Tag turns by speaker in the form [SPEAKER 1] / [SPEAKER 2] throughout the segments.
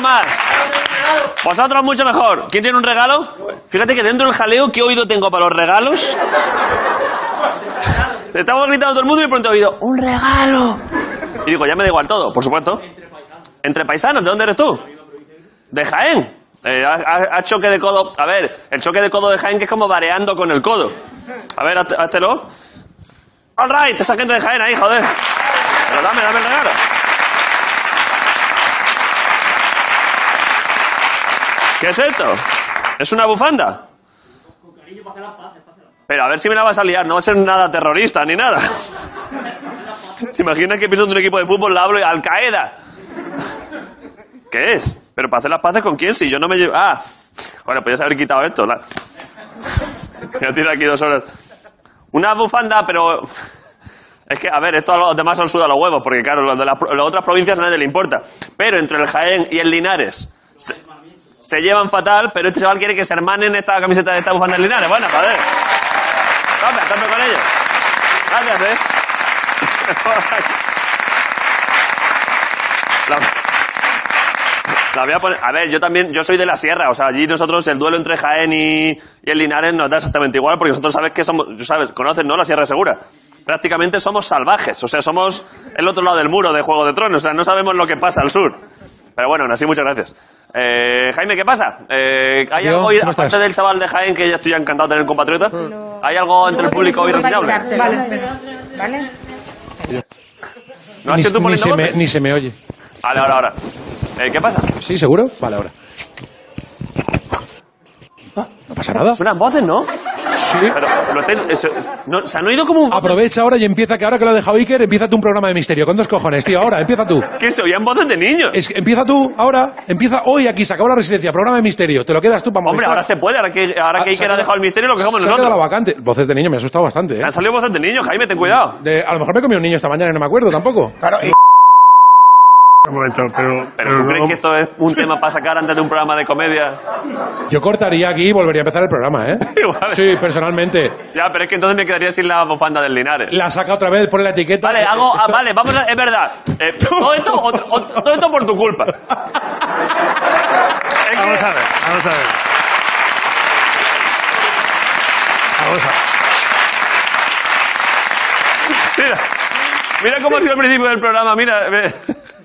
[SPEAKER 1] más. Vosotros mucho mejor. ¿Quién tiene un regalo? Fíjate que dentro del jaleo, ¿qué oído tengo para los regalos? Te estamos gritando todo el mundo y de pronto he oído, ¡un regalo! Y digo, ya me da igual todo, por supuesto. Entre paisanos, ¿de dónde eres tú? De Jaén. Eh, haz- haz- haz choque de codo. A ver, el choque de codo de Jaén que es como vareando con el codo. A ver, haz- háztelo. All right, esa gente de Jaén ahí, joder. Pero dame, dame el regalo. ¿Qué es esto? ¿Es una bufanda? Pero a ver si me la vas a liar, no va a ser nada terrorista ni nada. ¿Te imaginas que pienso de un equipo de fútbol, la hablo y Al Qaeda? ¿Qué es? ¿Pero para hacer las paces con quién? Si yo no me llevo. Ah, bueno, podías haber quitado esto. La... Ya tiene aquí dos horas. Una bufanda, pero. Es que, a ver, esto a los demás han sudado los huevos, porque claro, los de las, pro- las otras provincias a nadie le importa. Pero entre el Jaén y el Linares se, se llevan fatal, pero este chaval quiere que se hermanen esta camiseta de esta bufanda del Linares. Bueno, joder. Tope, a tope con ellos. Gracias, eh. La- la voy a, poner- a ver, yo también, yo soy de la sierra, o sea, allí nosotros el duelo entre Jaén y, y el Linares nos da exactamente igual, porque nosotros sabes que somos, sabes, conoces, ¿no? La sierra segura. Prácticamente somos salvajes, o sea, somos el otro lado del muro de Juego de Tronos, o sea, no sabemos lo que pasa al sur. Pero bueno, aún así, muchas gracias. Eh, Jaime, ¿qué pasa? Eh, ¿Hay
[SPEAKER 2] Yo,
[SPEAKER 1] algo hoy,
[SPEAKER 2] ¿cómo
[SPEAKER 1] aparte
[SPEAKER 2] estás?
[SPEAKER 1] del chaval de Jaén, que ya estoy encantado de tener compatriota? ¿Hay algo entre el público hoy reseñable?
[SPEAKER 3] Vale, espera. ¿Vale?
[SPEAKER 1] ¿No has
[SPEAKER 2] ni,
[SPEAKER 1] sido tú
[SPEAKER 2] ni
[SPEAKER 1] poniendo
[SPEAKER 2] se me,
[SPEAKER 1] golpes?
[SPEAKER 2] ni se me oye.
[SPEAKER 1] Vale, ahora, ahora. Eh, ¿Qué pasa?
[SPEAKER 2] ¿Sí, seguro? Vale, ahora. Ah, no pasa nada.
[SPEAKER 1] Suenan voces, ¿no?
[SPEAKER 2] Sí.
[SPEAKER 1] Pero, ¿lo estáis, es- es- no, ¿Se han oído como un...
[SPEAKER 2] Aprovecha ahora y empieza, que ahora que lo ha dejado Iker, empieza tú un programa de misterio. Con dos cojones, tío, ahora, empieza tú.
[SPEAKER 1] Que se oían voces de niños.
[SPEAKER 2] Es, empieza tú, ahora, empieza hoy aquí, se acabó la residencia, programa de misterio. Te lo quedas tú para
[SPEAKER 1] Hombre,
[SPEAKER 2] molestar.
[SPEAKER 1] ahora se puede, ahora que, ahora
[SPEAKER 2] Ah, se
[SPEAKER 1] que Iker ha
[SPEAKER 2] quedado-
[SPEAKER 1] dejado el misterio, lo quejamos
[SPEAKER 2] Se ha quedado la
[SPEAKER 1] nosotros.
[SPEAKER 2] vacante. Voces de niño me ha asustado bastante, ¿eh?
[SPEAKER 1] Han salido voces de niños, Jaime, ten cuidado.
[SPEAKER 2] De- a lo mejor me comí un niño esta mañana y no me acuerdo tampoco.
[SPEAKER 4] Claro, y-
[SPEAKER 5] Un momento, pero.
[SPEAKER 1] Pero ¿tú
[SPEAKER 5] no-
[SPEAKER 1] crees que esto es un tema para sacar antes de un programa de comedia?
[SPEAKER 2] Yo cortaría aquí y volvería a empezar el programa, ¿eh?
[SPEAKER 1] Igual.
[SPEAKER 2] Sí, personalmente.
[SPEAKER 1] Ya, pero es que entonces me quedaría sin la bufanda del Linares.
[SPEAKER 2] La saca otra vez, pone la etiqueta.
[SPEAKER 1] Vale,
[SPEAKER 2] Eh,
[SPEAKER 1] hago... ah,
[SPEAKER 2] esto-
[SPEAKER 1] vale, vamos a... Es verdad. Eh, todo, esto, otro- otro- todo esto por tu culpa. Es que-
[SPEAKER 5] Vamos a ver, vamos a ver. Vamos a
[SPEAKER 1] Mira, mira cómo ha sido el principio del programa, mira. ve.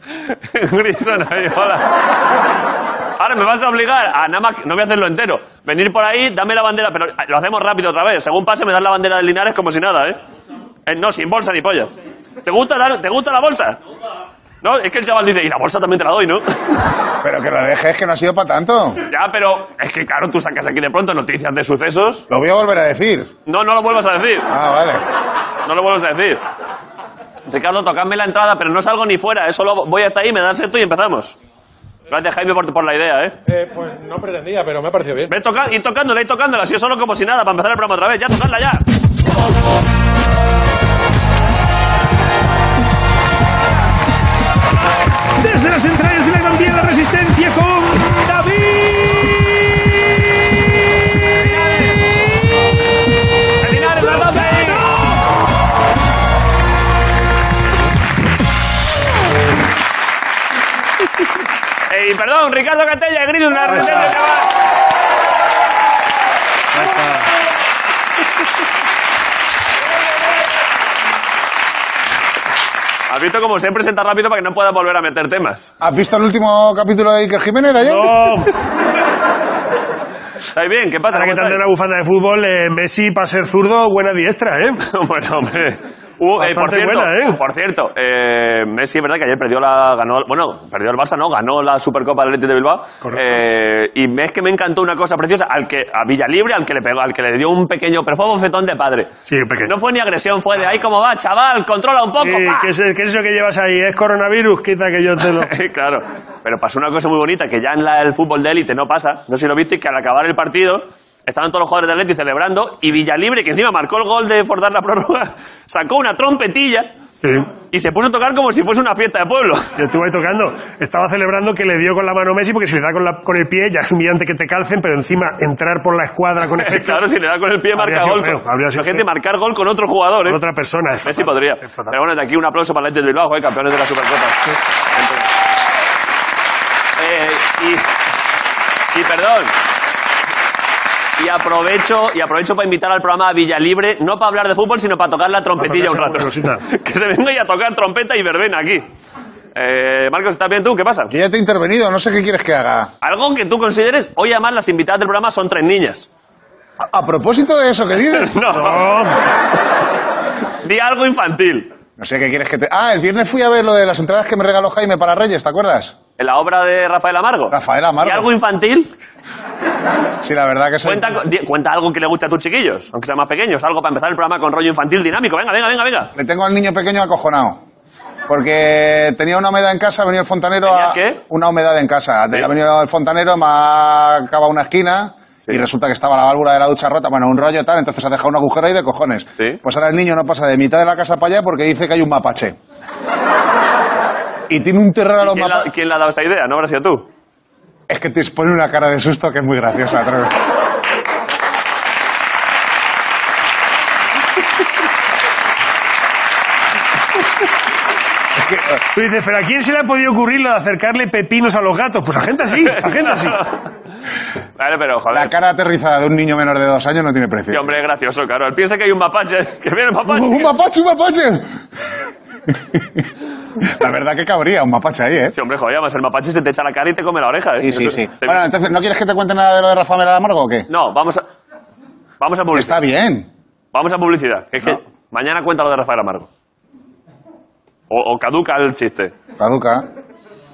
[SPEAKER 1] Grison ahí, hola. Ahora me vas a obligar a nada más, que- no voy a hacerlo entero. Venir por ahí, dame la bandera, pero eh, lo hacemos rápido otra vez. Según pase, me das la bandera de Linares como si nada, ¿eh? Eh, no, sin bolsa ni polla. ¿Te gusta, dar- ¿Te gusta la bolsa? No, es que el chaval dice, y la bolsa también te la doy, ¿no?
[SPEAKER 4] pero que lo dejes, que no ha sido para tanto.
[SPEAKER 1] ya, pero es que claro, tú sacas aquí de pronto noticias de sucesos.
[SPEAKER 4] Lo voy a volver a decir.
[SPEAKER 1] No, no lo vuelvas a decir.
[SPEAKER 4] Ah, vale.
[SPEAKER 1] No lo vuelvas a decir. Ricardo, tocadme la entrada, pero no salgo ni fuera. ¿eh? Solo voy hasta ahí, me das esto y empezamos. Gracias, Jaime, por, por la idea, ¿eh?
[SPEAKER 2] Eh, pues no pretendía, pero me ha parecido bien.
[SPEAKER 1] Ve toca ir tocándola, ir tocándola, así solo como si nada, para empezar el programa otra vez. ¡Ya, tocadla, ya!
[SPEAKER 5] ver. Desde las entrañas de la Gran la Resistencia con David.
[SPEAKER 1] ¡El Linares, las doce! Ey, perdón, Ricardo Catella, Gris, una resistencia, chaval. Has visto como se presenta rápido para que no pueda volver a meter temas.
[SPEAKER 4] ¿Has visto el último capítulo de Iker Jiménez de ayer?
[SPEAKER 5] No,
[SPEAKER 1] ¿Estáis bien? ¿Qué pasa?
[SPEAKER 5] para Oh, que
[SPEAKER 1] ¿Cómo
[SPEAKER 5] te ande
[SPEAKER 1] estáis?
[SPEAKER 5] una bufanda de fútbol, eh, Messi, para ser zurdo, buena diestra, ¿eh?
[SPEAKER 1] bueno, hombre. Uh, eh, por
[SPEAKER 5] Bastante
[SPEAKER 1] cierto,
[SPEAKER 5] buena, ¿eh?
[SPEAKER 1] por cierto eh, Messi es verdad que ayer perdió la ganó bueno perdió el Barça no ganó la Supercopa del Athletic de Bilbao
[SPEAKER 5] Correcto.
[SPEAKER 1] Eh, y es que me encantó una cosa preciosa al que a Villalibre al que le pegó al que le dio un pequeño pero fue bofetón de padre
[SPEAKER 5] Sí, un pequeño.
[SPEAKER 1] no fue ni agresión fue de ahí cómo va chaval controla un poco
[SPEAKER 5] Sí,
[SPEAKER 1] pa".
[SPEAKER 5] ¿qué, es, qué es eso que llevas ahí? ¿Es coronavirus? Quita que yo te lo.
[SPEAKER 1] claro. Pero pasó una cosa muy bonita que ya en la- el fútbol de élite no pasa. No sé si lo viste, que al acabar el partido estaban todos los jugadores de Atleti celebrando y Villalibre, que encima marcó el gol de forzar la prórroga, sacó una trompetilla
[SPEAKER 5] Sí.
[SPEAKER 1] y se puso a tocar como si fuese una fiesta de pueblo.
[SPEAKER 5] Yo estuve ahí tocando. Estaba celebrando que le dio con la mano Messi, porque si le da con, la- con el pie ya es humillante que te calcen, pero encima entrar por la escuadra con el
[SPEAKER 1] claro, si le da con el pie
[SPEAKER 5] Habría
[SPEAKER 1] marca
[SPEAKER 5] sido
[SPEAKER 1] gol.
[SPEAKER 5] feo, habría sido
[SPEAKER 1] Imagínate
[SPEAKER 5] feo.
[SPEAKER 1] marcar gol con otro jugador, ¿eh?
[SPEAKER 5] con otra persona. Es
[SPEAKER 1] Messi
[SPEAKER 5] fatal,
[SPEAKER 1] podría.
[SPEAKER 5] es fatal.
[SPEAKER 1] Pero bueno, de aquí un aplauso para el Athletic de Bilbao, eh, campeones de la Supercopa. Eh, Y, y perdón. Y aprovecho, y aprovecho para invitar al programa a Villalibre, no para hablar de fútbol, sino para tocar la trompetilla un
[SPEAKER 5] Para
[SPEAKER 1] rato.
[SPEAKER 5] tocar esa golosina.
[SPEAKER 1] que se venga y a tocar trompeta y verbena aquí. Eh, Marcos, ¿estás bien tú? ¿Qué pasa?
[SPEAKER 4] Yo ya te he intervenido, no sé qué quieres que haga.
[SPEAKER 1] Algo que tú consideres, hoy además las invitadas del programa son tres niñas.
[SPEAKER 4] A, a propósito de eso que dices.
[SPEAKER 1] No,
[SPEAKER 5] Oh,
[SPEAKER 1] di algo infantil.
[SPEAKER 4] No sé qué quieres que te. Ah, el viernes fui a ver lo de las entradas que me regaló Jaime para Reyes, ¿te acuerdas?
[SPEAKER 1] En la obra de Rafael Amargo.
[SPEAKER 4] Rafael Amargo.
[SPEAKER 1] ¿Y algo infantil?
[SPEAKER 4] Sí, la verdad que soy.
[SPEAKER 1] Cuenta, co- di- cuenta algo que le guste a tus chiquillos, aunque sean más pequeños. Algo para empezar el programa con rollo infantil dinámico. Venga, venga, venga, venga.
[SPEAKER 4] Le tengo al niño pequeño acojonado. Porque tenía una humedad en casa, ha venido el fontanero
[SPEAKER 1] ¿Tenía
[SPEAKER 4] a.
[SPEAKER 1] qué?
[SPEAKER 4] Una humedad en casa.
[SPEAKER 1] Sí.
[SPEAKER 4] Ha venido el fontanero, me ha acabado una esquina.
[SPEAKER 1] Sí.
[SPEAKER 4] Y resulta que estaba la válvula de la ducha rota, bueno, un rollo tal, entonces ha dejado un agujero ahí de cojones.
[SPEAKER 1] Sí.
[SPEAKER 4] Pues ahora el niño no pasa de mitad de la casa para allá porque dice que hay un mapache. y tiene un terror a los
[SPEAKER 1] ¿Quién la,
[SPEAKER 4] mapaches.
[SPEAKER 1] quién le ha dado esa idea? No habrá sido tú.
[SPEAKER 4] Es que te expone una cara de susto que es muy graciosa, Trevor.
[SPEAKER 5] tú dices, pero ¿a quién se le ha podido ocurrir lo de acercarle pepinos a los gatos? Pues a gente así, a gente así.
[SPEAKER 1] Vale, pero joder.
[SPEAKER 4] La cara aterrizada de un niño menor de dos años no tiene
[SPEAKER 1] Sí,
[SPEAKER 4] precio.
[SPEAKER 1] hombre, es gracioso, claro. Él piensa que hay un mapache. Que viene el mapache.
[SPEAKER 4] ¡Un mapache, un mapache! La verdad que cabría un mapache ahí, ¿eh?
[SPEAKER 1] Sí, hombre, joder, además el mapache se te echa la cara y te come la oreja. ¿eh? Eso- se-
[SPEAKER 4] Bueno, entonces, ¿no quieres que te cuente nada de lo de Rafa Mera Amargo o qué?
[SPEAKER 1] No, vamos a... Vamos a publicidad.
[SPEAKER 4] Está bien.
[SPEAKER 1] Vamos a publicidad. que es que
[SPEAKER 4] No.
[SPEAKER 1] mañana cuenta lo de Rafael Amargo. O, o caduca el chiste.
[SPEAKER 4] Caduca.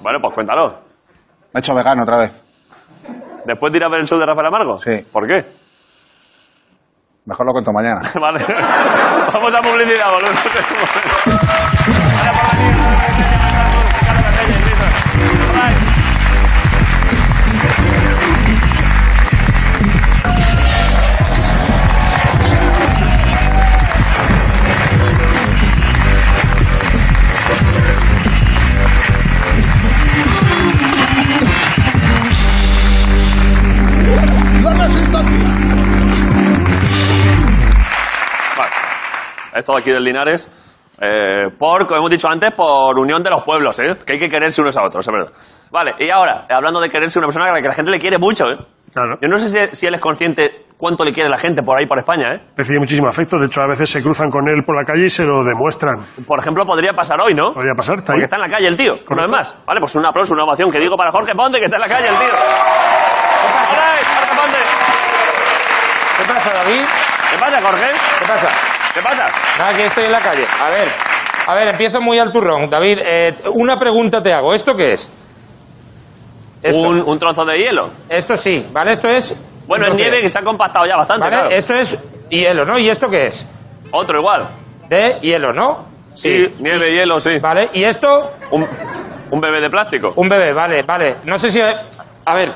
[SPEAKER 1] Bueno, pues cuéntalo.
[SPEAKER 4] Me he hecho vegano otra vez.
[SPEAKER 1] ¿Después de ir a ver el show de Rafael Amargo?
[SPEAKER 4] Sí.
[SPEAKER 1] ¿Por qué?
[SPEAKER 4] Mejor lo cuento mañana.
[SPEAKER 1] Vale. Vamos a publicidad, boludo. pues Vale. Esto de aquí del Linares. eh, por, como hemos dicho antes, por unión de los pueblos, ¿eh? Que hay que quererse unos a otros, es verdad. Vale, y ahora, hablando de quererse una persona a la que la gente le quiere mucho, ¿eh?
[SPEAKER 5] Claro.
[SPEAKER 1] Yo no sé si, si él es consciente cuánto le quiere la gente por ahí, por España, ¿eh?
[SPEAKER 5] Recibe muchísimo afecto, de hecho a veces se cruzan con él por la calle y se lo demuestran.
[SPEAKER 1] Por ejemplo, podría pasar hoy, ¿no?
[SPEAKER 5] Podría pasar, está ahí.
[SPEAKER 1] Porque está en la calle el tío, una vez
[SPEAKER 5] Correcto.
[SPEAKER 1] más. Vale, pues un aplauso, una ovación que digo para Jorge Ponte, que está en la calle el tío. Hola, Jorge Ponte.
[SPEAKER 6] ¿Qué pasa, David?
[SPEAKER 1] ¿Qué pasa, Jorge?
[SPEAKER 6] ¿Qué pasa?
[SPEAKER 1] ¿Qué pasa?
[SPEAKER 6] Nada, que estoy en la calle. A ver, a ver, empiezo muy al turrón. David, eh, una pregunta te hago. ¿Esto qué es? Esto,
[SPEAKER 1] Un, un trozo de hielo.
[SPEAKER 6] esto sí, ¿vale? Esto es...
[SPEAKER 1] Bueno, es
[SPEAKER 6] entonces,
[SPEAKER 1] nieve que se ha compactado ya bastante,
[SPEAKER 6] ¿Vale?
[SPEAKER 1] claro.
[SPEAKER 6] Esto es hielo, ¿no? ¿Y esto qué es?
[SPEAKER 1] Otro igual.
[SPEAKER 6] De hielo, ¿no?
[SPEAKER 1] Sí, nieve, hielo, sí.
[SPEAKER 6] ¿Vale? ¿Y esto?
[SPEAKER 1] Un, un bebé de plástico.
[SPEAKER 6] Un bebé, vale, vale. No sé si... A ver,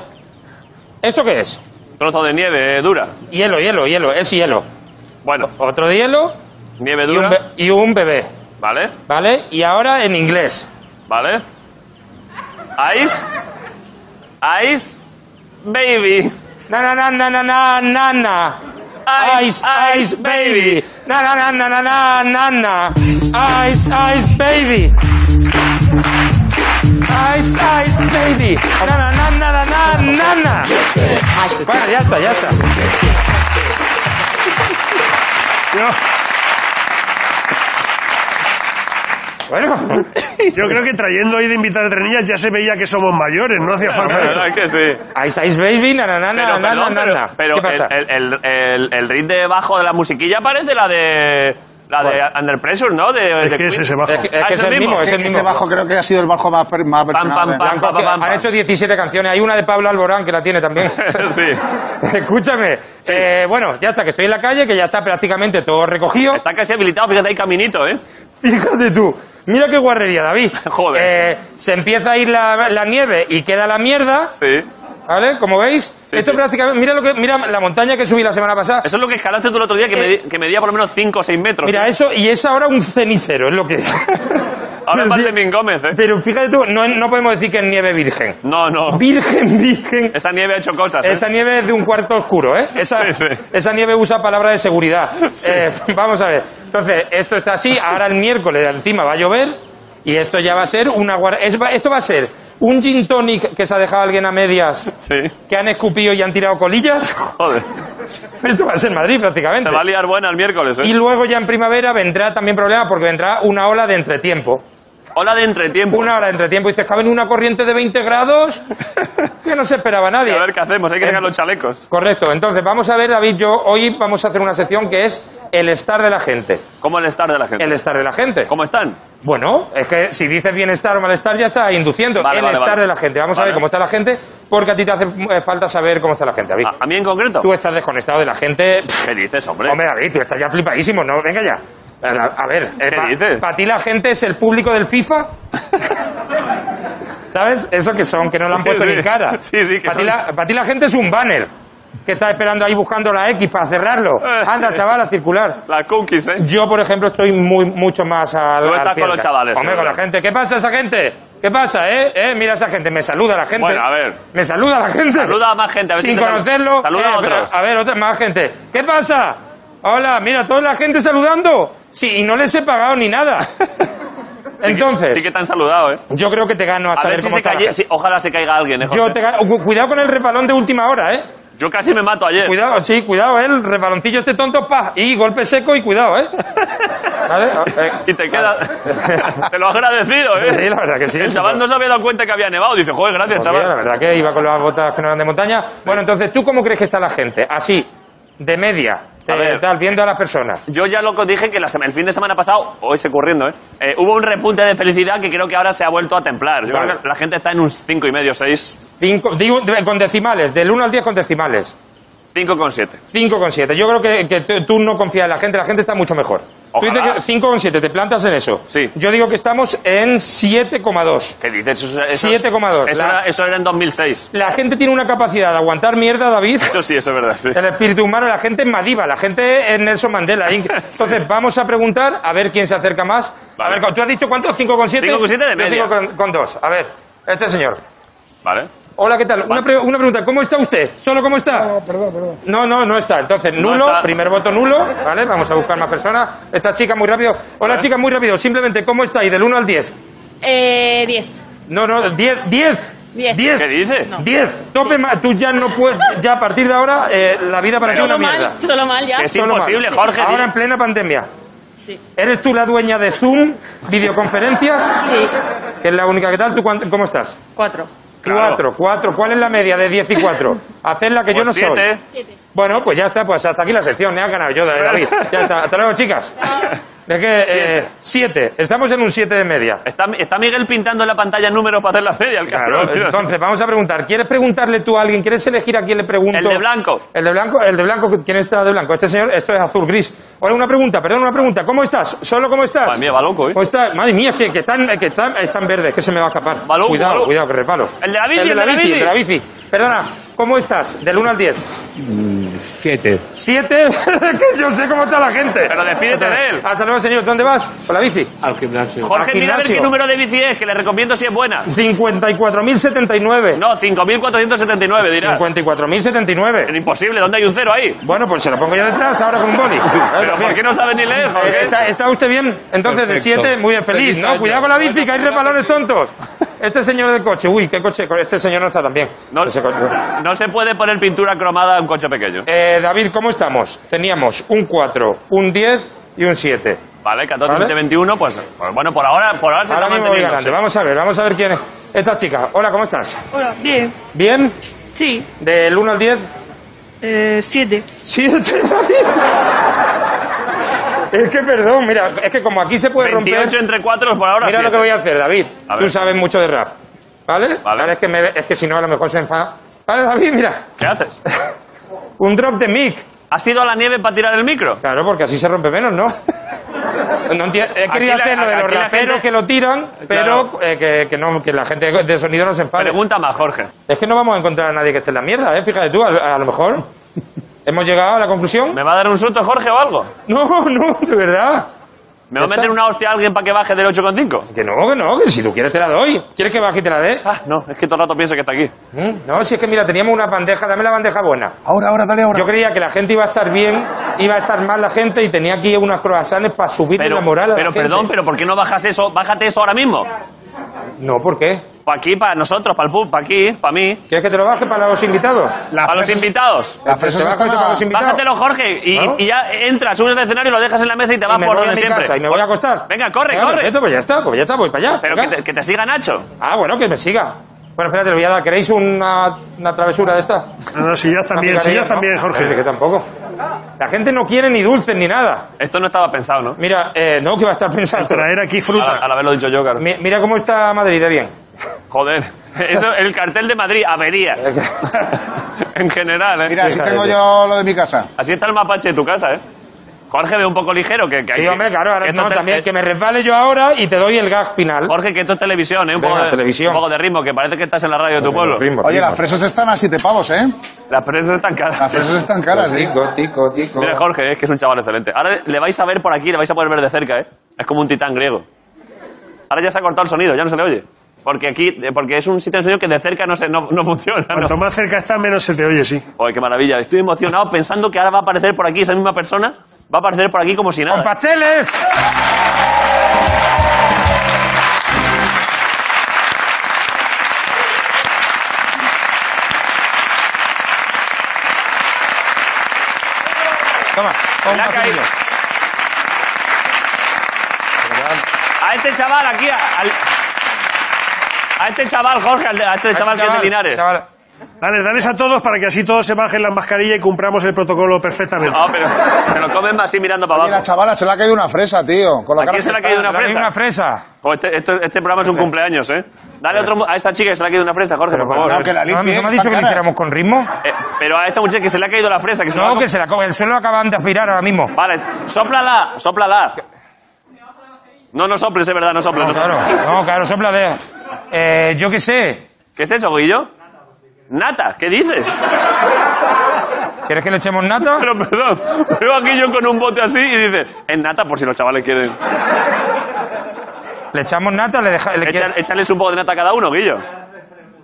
[SPEAKER 6] ¿esto qué es?
[SPEAKER 1] Un trozo de nieve eh, dura.
[SPEAKER 6] Hielo, hielo, hielo, es hielo.
[SPEAKER 1] Bueno,
[SPEAKER 6] Otro de hielo
[SPEAKER 1] nieve
[SPEAKER 6] y un,
[SPEAKER 1] dura.
[SPEAKER 6] be- y un bebé,
[SPEAKER 1] Vale,
[SPEAKER 6] ¿vale? Y ahora en inglés.
[SPEAKER 1] vale. Ice. Ice. Baby.
[SPEAKER 6] Na na na na na na na na.
[SPEAKER 1] Ice,
[SPEAKER 6] Ice,
[SPEAKER 1] ice,
[SPEAKER 6] ice, baby. Na na na na na na na na. Ice, ice, baby. Ice, ice, baby. Na na na na na na na na. Bueno, ya está, ya está.
[SPEAKER 5] Yo,
[SPEAKER 6] Bueno,
[SPEAKER 5] yo creo que trayendo hoy de invitar a tres niñas ya se veía que somos mayores, no hacía
[SPEAKER 1] La
[SPEAKER 5] falta eso.
[SPEAKER 1] verdad es que sí.
[SPEAKER 6] ice, ice, baby. Na na na na na
[SPEAKER 1] Pero,
[SPEAKER 6] na
[SPEAKER 1] perdón,
[SPEAKER 6] na
[SPEAKER 1] pero-
[SPEAKER 6] na.
[SPEAKER 1] pero
[SPEAKER 6] ¿Qué pasa?
[SPEAKER 1] el, el, el, el- el ritmo de bajo de la musiquilla parece la de. La de Under Pressure, ¿no? De,
[SPEAKER 5] Es
[SPEAKER 1] de
[SPEAKER 5] que es
[SPEAKER 1] Queen.
[SPEAKER 5] ese bajo.
[SPEAKER 6] Es que es,
[SPEAKER 1] Ah,
[SPEAKER 6] que es el mismo, es el
[SPEAKER 4] Ese
[SPEAKER 6] mismo.
[SPEAKER 4] bajo creo que ha sido el bajo más, per- más
[SPEAKER 1] Pam,
[SPEAKER 4] versionado
[SPEAKER 1] pam,
[SPEAKER 4] de-
[SPEAKER 1] pam.
[SPEAKER 6] Han cogido- han hecho 17 canciones. Hay una de Pablo Alborán que la tiene también.
[SPEAKER 1] sí.
[SPEAKER 6] Escúchame, eh, bueno, ya está, que estoy en la calle, que ya está prácticamente todo recogido.
[SPEAKER 1] Está casi habilitado, fíjate, hay caminito, ¿eh?
[SPEAKER 6] Fíjate tú, mira qué guarrería, David.
[SPEAKER 1] Joder.
[SPEAKER 6] Eh, se empieza a ir la, la nieve y queda la mierda,
[SPEAKER 1] Sí.
[SPEAKER 6] ¿vale? Como veis,
[SPEAKER 1] Sí,
[SPEAKER 6] esto
[SPEAKER 1] sí.
[SPEAKER 6] prácticamente, mira lo que, mira la montaña que subí la semana pasada.
[SPEAKER 1] Eso es lo que escalaste tú el otro día, que, medi- que medía por lo menos 5 o 6 metros.
[SPEAKER 6] Eh. Mira
[SPEAKER 1] ¿eh?
[SPEAKER 6] eso, y es ahora un cenicero, es lo que es.
[SPEAKER 1] Ahora es
[SPEAKER 6] Pero,
[SPEAKER 1] Valdemín Gómez, ¿eh?
[SPEAKER 6] pero fíjate tú, no, no podemos decir que es nieve virgen.
[SPEAKER 1] No, no.
[SPEAKER 6] Virgen, virgen.
[SPEAKER 1] Esa nieve ha hecho cosas, ¿eh?
[SPEAKER 6] Esa nieve es de un cuarto oscuro, ¿eh? Esa,
[SPEAKER 1] Sí, sí.
[SPEAKER 6] esa nieve usa palabras de seguridad. Eh, vamos a ver. Entonces, esto está así. Ahora el miércoles encima va a llover. Y esto ya va a ser una guar- es- va- Esto va a ser ¿Un gin tonic que se ha dejado alguien a medias
[SPEAKER 1] Sí.
[SPEAKER 6] que han escupido y han tirado colillas?
[SPEAKER 1] Joder.
[SPEAKER 6] Esto va a ser Madrid prácticamente.
[SPEAKER 1] Se va a liar buena el miércoles,
[SPEAKER 6] Y
[SPEAKER 1] ¿eh?
[SPEAKER 6] luego ya en primavera vendrá también problema porque vendrá una ola de entretiempo.
[SPEAKER 1] Hola de entretiempo.
[SPEAKER 6] Una ola de entretiempo. Y dices que ha venido una corriente de 20 grados que no se esperaba nadie.
[SPEAKER 1] A ver qué hacemos, hay que sacar los chalecos.
[SPEAKER 6] Correcto. Entonces, vamos a ver, David, yo hoy vamos a hacer una sección que es el estar de la gente.
[SPEAKER 1] ¿Cómo el estar de la gente?
[SPEAKER 6] El estar de la gente.
[SPEAKER 1] ¿Cómo están?
[SPEAKER 6] Bueno, es que si dices bienestar o malestar ya estás induciendo
[SPEAKER 1] Vale,
[SPEAKER 6] el
[SPEAKER 1] vale,
[SPEAKER 6] estar
[SPEAKER 1] vale.
[SPEAKER 6] de la gente. Vamos a
[SPEAKER 1] Vale.
[SPEAKER 6] ver cómo está la gente, porque a ti te hace eh, falta saber cómo está la gente, David.
[SPEAKER 1] ¿A, a mí en concreto?
[SPEAKER 6] Tú estás desconectado de la gente. Pff,
[SPEAKER 1] ¿Qué dices, hombre?
[SPEAKER 6] Hombre, David, tú estás ya flipadísimo, ¿no? Venga ya. A, la- a ver,
[SPEAKER 1] ¿Qué dices?
[SPEAKER 6] ¿para ti la gente es el público del FIFA? ¿Sabes? Eso que son, que no lo han
[SPEAKER 1] Sí,
[SPEAKER 6] puesto
[SPEAKER 1] sí.
[SPEAKER 6] ni en cara.
[SPEAKER 1] Sí, sí, que
[SPEAKER 6] Para ti
[SPEAKER 1] son-
[SPEAKER 6] la- para ti la gente es un banner que está esperando ahí buscando la X para cerrarlo.
[SPEAKER 1] Eh.
[SPEAKER 6] Anda, chaval, a circular.
[SPEAKER 1] Las cookies, ¿eh?
[SPEAKER 6] Yo, por ejemplo, estoy muy, mucho más al.
[SPEAKER 1] Tú
[SPEAKER 6] al
[SPEAKER 1] estás
[SPEAKER 6] pie
[SPEAKER 1] con
[SPEAKER 6] del
[SPEAKER 1] los
[SPEAKER 6] ca-
[SPEAKER 1] chavales, eh,
[SPEAKER 6] Hombre,
[SPEAKER 1] sí,
[SPEAKER 6] con la
[SPEAKER 1] verdad.
[SPEAKER 6] gente. ¿Qué pasa, esa gente? ¿Qué pasa, eh? ¿Eh? Mira esa gente. Me saluda la gente.
[SPEAKER 1] Bueno, a ver.
[SPEAKER 6] Me saluda la gente.
[SPEAKER 1] Saluda a más gente. A ver
[SPEAKER 6] Sin
[SPEAKER 1] si te sal-
[SPEAKER 6] conocerlo.
[SPEAKER 1] Saluda
[SPEAKER 6] eh,
[SPEAKER 1] a otros.
[SPEAKER 6] A ver, otra, más gente. ¿Qué pasa? Hola, mira, toda la gente saludando. Sí, y no les he pagado ni nada. Entonces,
[SPEAKER 1] Sí que te han saludado, ¿eh?
[SPEAKER 6] yo creo que te gano a,
[SPEAKER 1] A
[SPEAKER 6] saber
[SPEAKER 1] ver si
[SPEAKER 6] cómo
[SPEAKER 1] se
[SPEAKER 6] está la
[SPEAKER 1] calle...
[SPEAKER 6] gente.
[SPEAKER 1] si- Ojalá se caiga alguien, ¿eh?
[SPEAKER 6] Yo
[SPEAKER 1] José?
[SPEAKER 6] te gano- cu- Cuidado con el repalón de última hora, ¿eh?
[SPEAKER 1] Yo casi me mato ayer.
[SPEAKER 6] Cuidado, sí, cuidado, ¿eh? El repaloncillo este tonto, pa. Y golpe seco y cuidado, ¿eh? ¿Vale? Eh,
[SPEAKER 1] Y te queda...
[SPEAKER 6] Vale.
[SPEAKER 1] te lo ha agradecido, ¿eh?
[SPEAKER 6] Sí, la verdad que sí.
[SPEAKER 1] El chaval no se había dado cuenta que había nevado. Dice, joder, gracias,
[SPEAKER 6] Pues mira, la
[SPEAKER 1] chaval.
[SPEAKER 6] verdad que iba con las botas que no eran de montaña. Bueno, entonces, ¿tú cómo crees que está la gente? Así, de media,
[SPEAKER 1] A
[SPEAKER 6] te-
[SPEAKER 1] ver.
[SPEAKER 6] tal, viendo a las personas.
[SPEAKER 1] Yo ya lo dije que la sema- el fin de semana pasado, hoy se corriendo, ¿eh? Eh, hubo un repunte de felicidad que creo que ahora se ha vuelto a templar. Yo
[SPEAKER 6] Vale.
[SPEAKER 1] creo que la gente está en un 5,5, 6,
[SPEAKER 6] Cinco, digo, de- con decimales, del 1 al 10 con decimales.
[SPEAKER 1] 5,7.
[SPEAKER 6] 5,7. Yo creo que, que tú- tú no confías en la gente, la gente está mucho mejor.
[SPEAKER 1] Ojalá.
[SPEAKER 6] Tú dices que 5,7, te plantas en eso.
[SPEAKER 1] Sí.
[SPEAKER 6] Yo digo que estamos en 7,2.
[SPEAKER 1] ¿Qué dices? Eso, eso-
[SPEAKER 6] 7,2.
[SPEAKER 1] Eso,
[SPEAKER 6] La-
[SPEAKER 1] era- eso era en 2006.
[SPEAKER 6] La gente tiene una capacidad de aguantar mierda, David.
[SPEAKER 1] Eso sí, eso es verdad, sí.
[SPEAKER 6] El espíritu humano, la gente es Madiba, la gente es Nelson Mandela. Inc. Entonces, vamos a preguntar a ver quién se acerca más.
[SPEAKER 1] Vale.
[SPEAKER 6] A ver, ¿tú has dicho cuánto? ¿5,7? con siete?
[SPEAKER 1] Cinco con siete de
[SPEAKER 6] Yo
[SPEAKER 1] media.
[SPEAKER 6] cinco con, con dos. A ver, este señor.
[SPEAKER 1] Vale.
[SPEAKER 6] Hola, ¿qué tal? Una, pre- una pregunta, ¿cómo está usted? ¿Solo cómo está? No,
[SPEAKER 3] perdón, perdón.
[SPEAKER 6] no, no, está. Entonces,
[SPEAKER 1] No
[SPEAKER 6] nulo,
[SPEAKER 1] está.
[SPEAKER 6] primer voto nulo. Vale, vamos a buscar más personas. Esta chica muy rápido. Hola, chica, muy rápido. Simplemente, ¿cómo está? Y del 1 al 10.
[SPEAKER 7] Eh, 10.
[SPEAKER 6] No, no, 10, 10.
[SPEAKER 7] Diez.
[SPEAKER 1] ¿Qué dice?
[SPEAKER 6] 10. Tope más. Tú ya no puedes. Ya a partir de ahora, eh, la vida para ti es una
[SPEAKER 7] Solo
[SPEAKER 6] mierda.
[SPEAKER 7] mal, solo mal ya.
[SPEAKER 1] Que Es
[SPEAKER 6] Solo
[SPEAKER 1] imposible, Jorge,
[SPEAKER 6] Ahora
[SPEAKER 1] tío.
[SPEAKER 6] en plena pandemia.
[SPEAKER 7] Sí.
[SPEAKER 6] ¿Eres tú la dueña de Zoom, videoconferencias?
[SPEAKER 7] Sí,
[SPEAKER 6] Que es la única que tal. ¿Tú cuánto- cómo estás?
[SPEAKER 7] 4.
[SPEAKER 1] Claro.
[SPEAKER 6] Cuatro, cuatro. ¿Cuál es la media de 10 y cuatro? Hacer la que yo
[SPEAKER 1] Pues
[SPEAKER 6] no
[SPEAKER 1] siete.
[SPEAKER 6] soy. Bueno, pues ya está, pues hasta aquí la sección, me ha ganado yo, David. Ya está, hasta luego, chicas. ¿De qué? Eh, siete. Estamos en un siete de media.
[SPEAKER 1] Está, está Miguel pintando en la pantalla números para hacer la media. El,
[SPEAKER 6] Claro,
[SPEAKER 1] cabrón, tío.
[SPEAKER 6] entonces vamos a preguntar. ¿Quieres preguntarle tú a alguien? ¿Quieres elegir a quién le pregunto?
[SPEAKER 1] El de blanco.
[SPEAKER 6] El de blanco, el de blanco, ¿quién está de blanco? Este señor, esto es azul gris. Ahora una pregunta, perdón, una pregunta. ¿Cómo estás? ¿Solo cómo estás?
[SPEAKER 1] Madre mía, va loco, ¿eh?
[SPEAKER 6] ¿Cómo estás? Madre mía, que, que están, que están, están verdes, que se me va a escapar.
[SPEAKER 1] Va loco,
[SPEAKER 6] cuidado,
[SPEAKER 1] va loco.
[SPEAKER 6] cuidado, que repalo.
[SPEAKER 1] El de la bici,
[SPEAKER 6] el de la, bici, el de la bici. Perdona, ¿cómo estás? Del 1 al 10.
[SPEAKER 2] Siete.
[SPEAKER 6] ¿Siete? que yo sé cómo está la gente.
[SPEAKER 1] Pero despídete de él.
[SPEAKER 6] Hasta luego, señor. ¿Dónde vas? Con la bici.
[SPEAKER 2] Al gimnasio.
[SPEAKER 1] Jorge,
[SPEAKER 6] al
[SPEAKER 1] mira a ver
[SPEAKER 6] gimnasio.
[SPEAKER 1] qué número de bici es, que le recomiendo si es buena.
[SPEAKER 6] 54.079.
[SPEAKER 1] No, 5.479, dirás.
[SPEAKER 6] 54.079.
[SPEAKER 1] Es imposible, ¿dónde hay un cero ahí?
[SPEAKER 6] Bueno, pues se lo pongo yo detrás ahora con un boli.
[SPEAKER 1] Pero ¿por qué no sabe ni leer, Jorge?
[SPEAKER 6] Eh, ¿Está, está usted bien? Entonces, de
[SPEAKER 2] Perfecto.
[SPEAKER 6] 7, muy bien, feliz.
[SPEAKER 2] Feliz
[SPEAKER 6] no,
[SPEAKER 2] año.
[SPEAKER 6] cuidado con la bici, que hay repalones tontos. Este señor del coche, uy, qué coche. Este señor no está tan bien.
[SPEAKER 1] No,
[SPEAKER 6] Ese coche.
[SPEAKER 1] no se puede poner pintura cromada a un coche pequeño.
[SPEAKER 6] Eh, David, ¿cómo estamos? Teníamos un 4, un 10 y un 7.
[SPEAKER 1] Vale, 14,
[SPEAKER 6] ¿Vale?
[SPEAKER 1] 7, 21, pues, pues bueno, por ahora, por ahora se
[SPEAKER 6] Ahora
[SPEAKER 1] está
[SPEAKER 6] mismo voy
[SPEAKER 1] manteniendo.
[SPEAKER 6] ganando. Vamos a ver, vamos a ver quién es. Esta chica, hola, ¿cómo estás?
[SPEAKER 3] Hola, bien.
[SPEAKER 6] ¿Bien?
[SPEAKER 3] Sí,
[SPEAKER 6] ¿Del 1 al 10?
[SPEAKER 3] eh, siete.
[SPEAKER 6] 7, David. Es que perdón, mira, es que como aquí se puede romper.
[SPEAKER 1] 28 entre 4 por ahora.
[SPEAKER 6] Mira lo
[SPEAKER 1] siete.
[SPEAKER 6] que voy a hacer, David.
[SPEAKER 1] A ver.
[SPEAKER 6] Tú sabes mucho de rap. ¿Vale?
[SPEAKER 1] Vale.
[SPEAKER 6] Ahora es que, me- es que si no, a lo mejor se enfada. Vale, David, mira.
[SPEAKER 1] ¿Qué haces?
[SPEAKER 6] Un drop de mic.
[SPEAKER 1] ¿Has ido a la nieve para tirar el micro?
[SPEAKER 6] Claro, porque así se rompe menos, ¿no? no enti- he
[SPEAKER 1] Aquí
[SPEAKER 6] querido
[SPEAKER 1] la-
[SPEAKER 6] hacer lo de los
[SPEAKER 1] aquí la
[SPEAKER 6] raperos
[SPEAKER 1] gente-
[SPEAKER 6] que lo tiran, pero
[SPEAKER 1] Claro.
[SPEAKER 6] eh, que, que no, que la gente de sonido no se enfade.
[SPEAKER 1] Pregunta más, Jorge.
[SPEAKER 6] Es que no vamos a encontrar a nadie que esté en la mierda, ¿eh? Fíjate tú, a, a lo mejor hemos llegado a la conclusión.
[SPEAKER 1] ¿Me va a dar un susto, Jorge, o algo?
[SPEAKER 6] No, no, de verdad.
[SPEAKER 1] ¿Me va a
[SPEAKER 6] ¿Está?
[SPEAKER 1] meter una hostia a alguien para que baje del 8,5?
[SPEAKER 6] Que no, que no, que si tú quieres te la doy. ¿Quieres que baje y te la dé?
[SPEAKER 1] Ah, no, es que todo el rato pienso que está aquí.
[SPEAKER 6] Mm, No, si es que mira, teníamos una bandeja, dame la bandeja buena.
[SPEAKER 4] Ahora, ahora, dale ahora.
[SPEAKER 6] Yo creía que la gente iba a estar bien, iba a estar mal la gente y tenía aquí unas croissants para subir
[SPEAKER 1] Pero,
[SPEAKER 6] la moral a la
[SPEAKER 1] pero
[SPEAKER 6] gente.
[SPEAKER 1] perdón, pero ¿por qué no bajas eso? Bájate eso ahora mismo.
[SPEAKER 6] No, ¿por qué?
[SPEAKER 1] Para aquí, para nosotros, para el pub, para aquí, para mí.
[SPEAKER 6] ¿Quieres que te lo baje para los invitados?
[SPEAKER 1] para los invitados.
[SPEAKER 4] Las fresas
[SPEAKER 6] ¿Te bajo
[SPEAKER 4] están
[SPEAKER 6] esto para
[SPEAKER 4] a-
[SPEAKER 6] los invitados?
[SPEAKER 1] Bájatelo, Jorge, y,
[SPEAKER 6] Claro.
[SPEAKER 1] y ya entras, subes al escenario, lo dejas en la mesa y te vas
[SPEAKER 6] y me
[SPEAKER 1] por
[SPEAKER 6] voy a
[SPEAKER 1] donde
[SPEAKER 6] mi
[SPEAKER 1] siempre.
[SPEAKER 6] casa y me voy a acostar.
[SPEAKER 1] Venga, corre,
[SPEAKER 6] Venga,
[SPEAKER 1] corre.
[SPEAKER 6] perfecto, pues ya está, pues ya está, voy para allá.
[SPEAKER 1] Pero que
[SPEAKER 6] Venga.
[SPEAKER 1] te, que te siga Nacho.
[SPEAKER 6] Ah, bueno, que me siga. Bueno, espérate, le voy a dar. ¿Queréis una, una travesura de esta?
[SPEAKER 5] No, no, sillas también,
[SPEAKER 6] Una picadilla,
[SPEAKER 5] sillas
[SPEAKER 6] ¿no?
[SPEAKER 5] también,
[SPEAKER 6] Parece
[SPEAKER 5] Jorge.
[SPEAKER 6] que tampoco. La gente no quiere ni dulces ni nada.
[SPEAKER 1] Esto no estaba pensado, ¿no?
[SPEAKER 6] Mira, eh, no, que va a estar pensando.
[SPEAKER 5] Traer aquí fruta.
[SPEAKER 1] Al haberlo dicho yo, claro.
[SPEAKER 6] Mi- mira cómo está Madrid de bien.
[SPEAKER 1] Joder. Eso, el cartel de Madrid, avería. en general, ¿eh?
[SPEAKER 4] Mira, así tengo yo lo de mi casa.
[SPEAKER 1] Así está el mapache de tu casa, ¿eh? Jorge, ve un poco ligero que, que hay
[SPEAKER 6] Sí,
[SPEAKER 1] que-
[SPEAKER 6] hombre, claro, ahora
[SPEAKER 1] que
[SPEAKER 6] no,
[SPEAKER 1] esto te-
[SPEAKER 6] también
[SPEAKER 1] eh,
[SPEAKER 6] que me resbale yo ahora y te doy el gag final.
[SPEAKER 1] Jorge, que esto es televisión, ¿eh? Un,
[SPEAKER 6] Venga,
[SPEAKER 1] poco de,
[SPEAKER 6] televisión.
[SPEAKER 1] un poco de ritmo, que parece que estás en la radio de tu pueblo.
[SPEAKER 6] Ritmo,
[SPEAKER 4] Oye,
[SPEAKER 6] ritmo.
[SPEAKER 4] las fresas están a siete pavos, ¿eh?
[SPEAKER 1] Las presas están
[SPEAKER 4] Las
[SPEAKER 1] caras.
[SPEAKER 4] fresas están caras, ¿eh?
[SPEAKER 6] Tico, tico, tico.
[SPEAKER 1] Mira, Jorge, eh, que es un chaval excelente. Ahora le vais a ver por aquí, le vais a poder ver de cerca, ¿eh? Es como un titán griego. Ahora ya se ha cortado el sonido, ya no se le oye. Porque aquí, eh, porque es un sitio de sonido que de cerca no, se, no, no funciona. ¿no?
[SPEAKER 5] Cuanto más cerca está, menos se te oye, sí.
[SPEAKER 1] Oye, qué maravilla. Estoy emocionado pensando que ahora va a aparecer por aquí esa misma persona. Va a aparecer por aquí como si nada.
[SPEAKER 6] ¡Pasteles! Toma, pon
[SPEAKER 1] Le ha
[SPEAKER 6] un
[SPEAKER 1] caído.
[SPEAKER 6] pastelillo.
[SPEAKER 1] A este chaval aquí, a- al- a este chaval, Jorge, al- a este chaval que es de Linares.
[SPEAKER 6] chaval.
[SPEAKER 5] Dale, dales a todos para que así todos se bajen las mascarillas y cumplamos el protocolo perfectamente.
[SPEAKER 1] No, Ah, pero se lo comen así mirando para
[SPEAKER 4] Mira,
[SPEAKER 1] abajo.
[SPEAKER 4] chavala, se le ha caído una fresa, tío. Con la
[SPEAKER 1] ¿A
[SPEAKER 4] cara
[SPEAKER 1] quién se
[SPEAKER 4] que
[SPEAKER 1] le ha caído
[SPEAKER 4] está.
[SPEAKER 1] una
[SPEAKER 6] Pero hay
[SPEAKER 1] fresa?
[SPEAKER 6] una fresa.
[SPEAKER 1] Jo, este, esto- este programa es un cumpleaños, ¿eh? Dale otro, mu- a esa chica que se le ha caído una fresa, Jorge, por favor.
[SPEAKER 4] no, que la
[SPEAKER 6] ¿No,
[SPEAKER 4] limpie,
[SPEAKER 6] ¿no me has
[SPEAKER 4] está
[SPEAKER 6] dicho que lo
[SPEAKER 4] cara.
[SPEAKER 6] hiciéramos con ritmo?
[SPEAKER 1] Eh, pero a esa muchacha que se le ha caído la fresa, que se la va
[SPEAKER 6] No,
[SPEAKER 1] a
[SPEAKER 6] que se la coge. El suelo acaban de aspirar ahora mismo.
[SPEAKER 1] com- Vale, sóplala, sóplala. No, no soples, es verdad, no soples.
[SPEAKER 6] No,
[SPEAKER 1] no
[SPEAKER 6] claro,
[SPEAKER 1] soples.
[SPEAKER 6] no, claro, soplale. Eh, yo qué sé.
[SPEAKER 1] ¿Qué es eso, Guillo? Nata, ¿qué dices?
[SPEAKER 6] ¿Quieres que le echemos nata?
[SPEAKER 1] Pero perdón, veo aquí yo con un bote así y dice, es nata por si los chavales quieren.
[SPEAKER 6] Le echamos nata, le deja, le
[SPEAKER 1] Echa-
[SPEAKER 6] quiere-
[SPEAKER 1] échales un poco de nata a cada uno, Guillo.